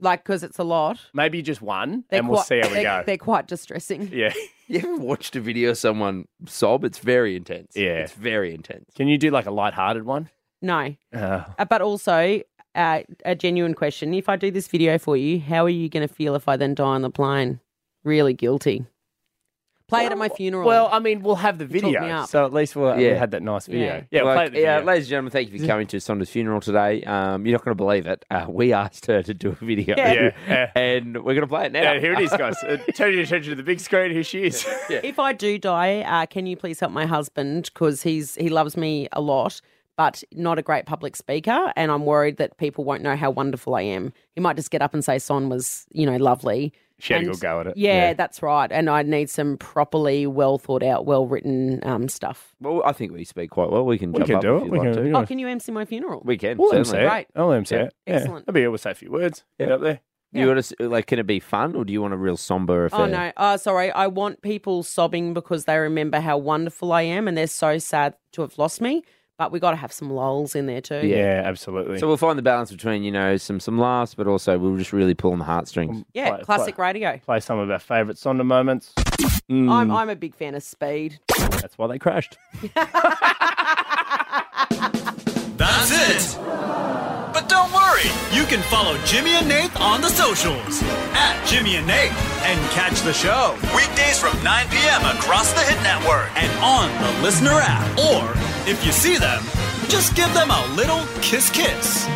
S8: Like, because it's a lot.
S2: maybe just one,
S8: They're
S2: and we'll
S8: quite-
S2: see how we
S8: they're-
S2: go.
S8: They're quite distressing.
S2: Yeah.
S4: You ever watched a video of someone sob? It's very intense.
S2: Yeah.
S4: It's very intense.
S2: Can you do like a light-hearted one?
S8: No.
S2: Uh,
S8: Uh, but also, uh, a genuine question: If I do this video for you, how are you going to feel if I then die on the plane? Really guilty. Play it at my funeral.
S2: well, I mean, we'll have the
S8: You talked me
S2: video,
S8: up.
S2: so at least we'll,
S4: Yeah.
S2: we had that nice video. Yeah,
S4: Yeah,
S2: we'll play
S4: like,
S2: the video.
S4: yeah, ladies and gentlemen, thank you for coming to Sonda's funeral today. Um, you're not going to believe it. Uh, we asked her to do a video,
S2: Yeah.
S4: and we're going to play it now.
S2: Yeah, here it is, guys. Uh, turn your attention to the big screen. Here she is.
S8: If I do die, uh, can you please help my husband because he's he loves me a lot, but not a great public speaker, and I'm worried that people won't know how wonderful I am. He might just get up and say Son was you know lovely.
S2: She had a
S8: And-
S2: good go at it.
S8: Yeah,
S2: Yeah.
S8: that's right. And I need some properly well thought out, well written um, stuff.
S4: Well, I think we speak quite well. We can
S2: We
S4: jump
S2: can
S4: up
S2: do
S4: if
S2: it.
S4: you'd
S2: We
S4: like
S2: can-
S4: to.
S8: Oh, can you MC my funeral?
S4: We can.
S2: We'll let him say
S4: certainly.
S2: it. I'll let him say
S4: Yeah.
S2: it. Yeah.
S8: Excellent.
S2: I'll be able to say a few words. Get up there.
S4: You want to like? Can it be fun, or do you want a real somber affair?
S8: Oh no! Oh, sorry. I want people sobbing because they remember how wonderful I am, and they're so sad to have lost me. But we got to have some lols in there too.
S2: absolutely.
S4: So um, we'll find the balance between you know some some laughs, but also we'll just really pull on the heartstrings.
S8: yeah.
S2: Play-
S8: classic radio.
S2: Play some of our favourite Sonda moments. Hmm.
S8: I'm
S2: Mm.
S8: I'm a big fan of speed.
S2: That's why they crashed.
S5: That's it. But don't worry, you can follow Jimmy and Nate on the socials at Jimmy and Nate and catch the show weekdays from 9 p.m. across the Hit Network and on the Listener app. Or if you see them, just give them a little kiss kiss.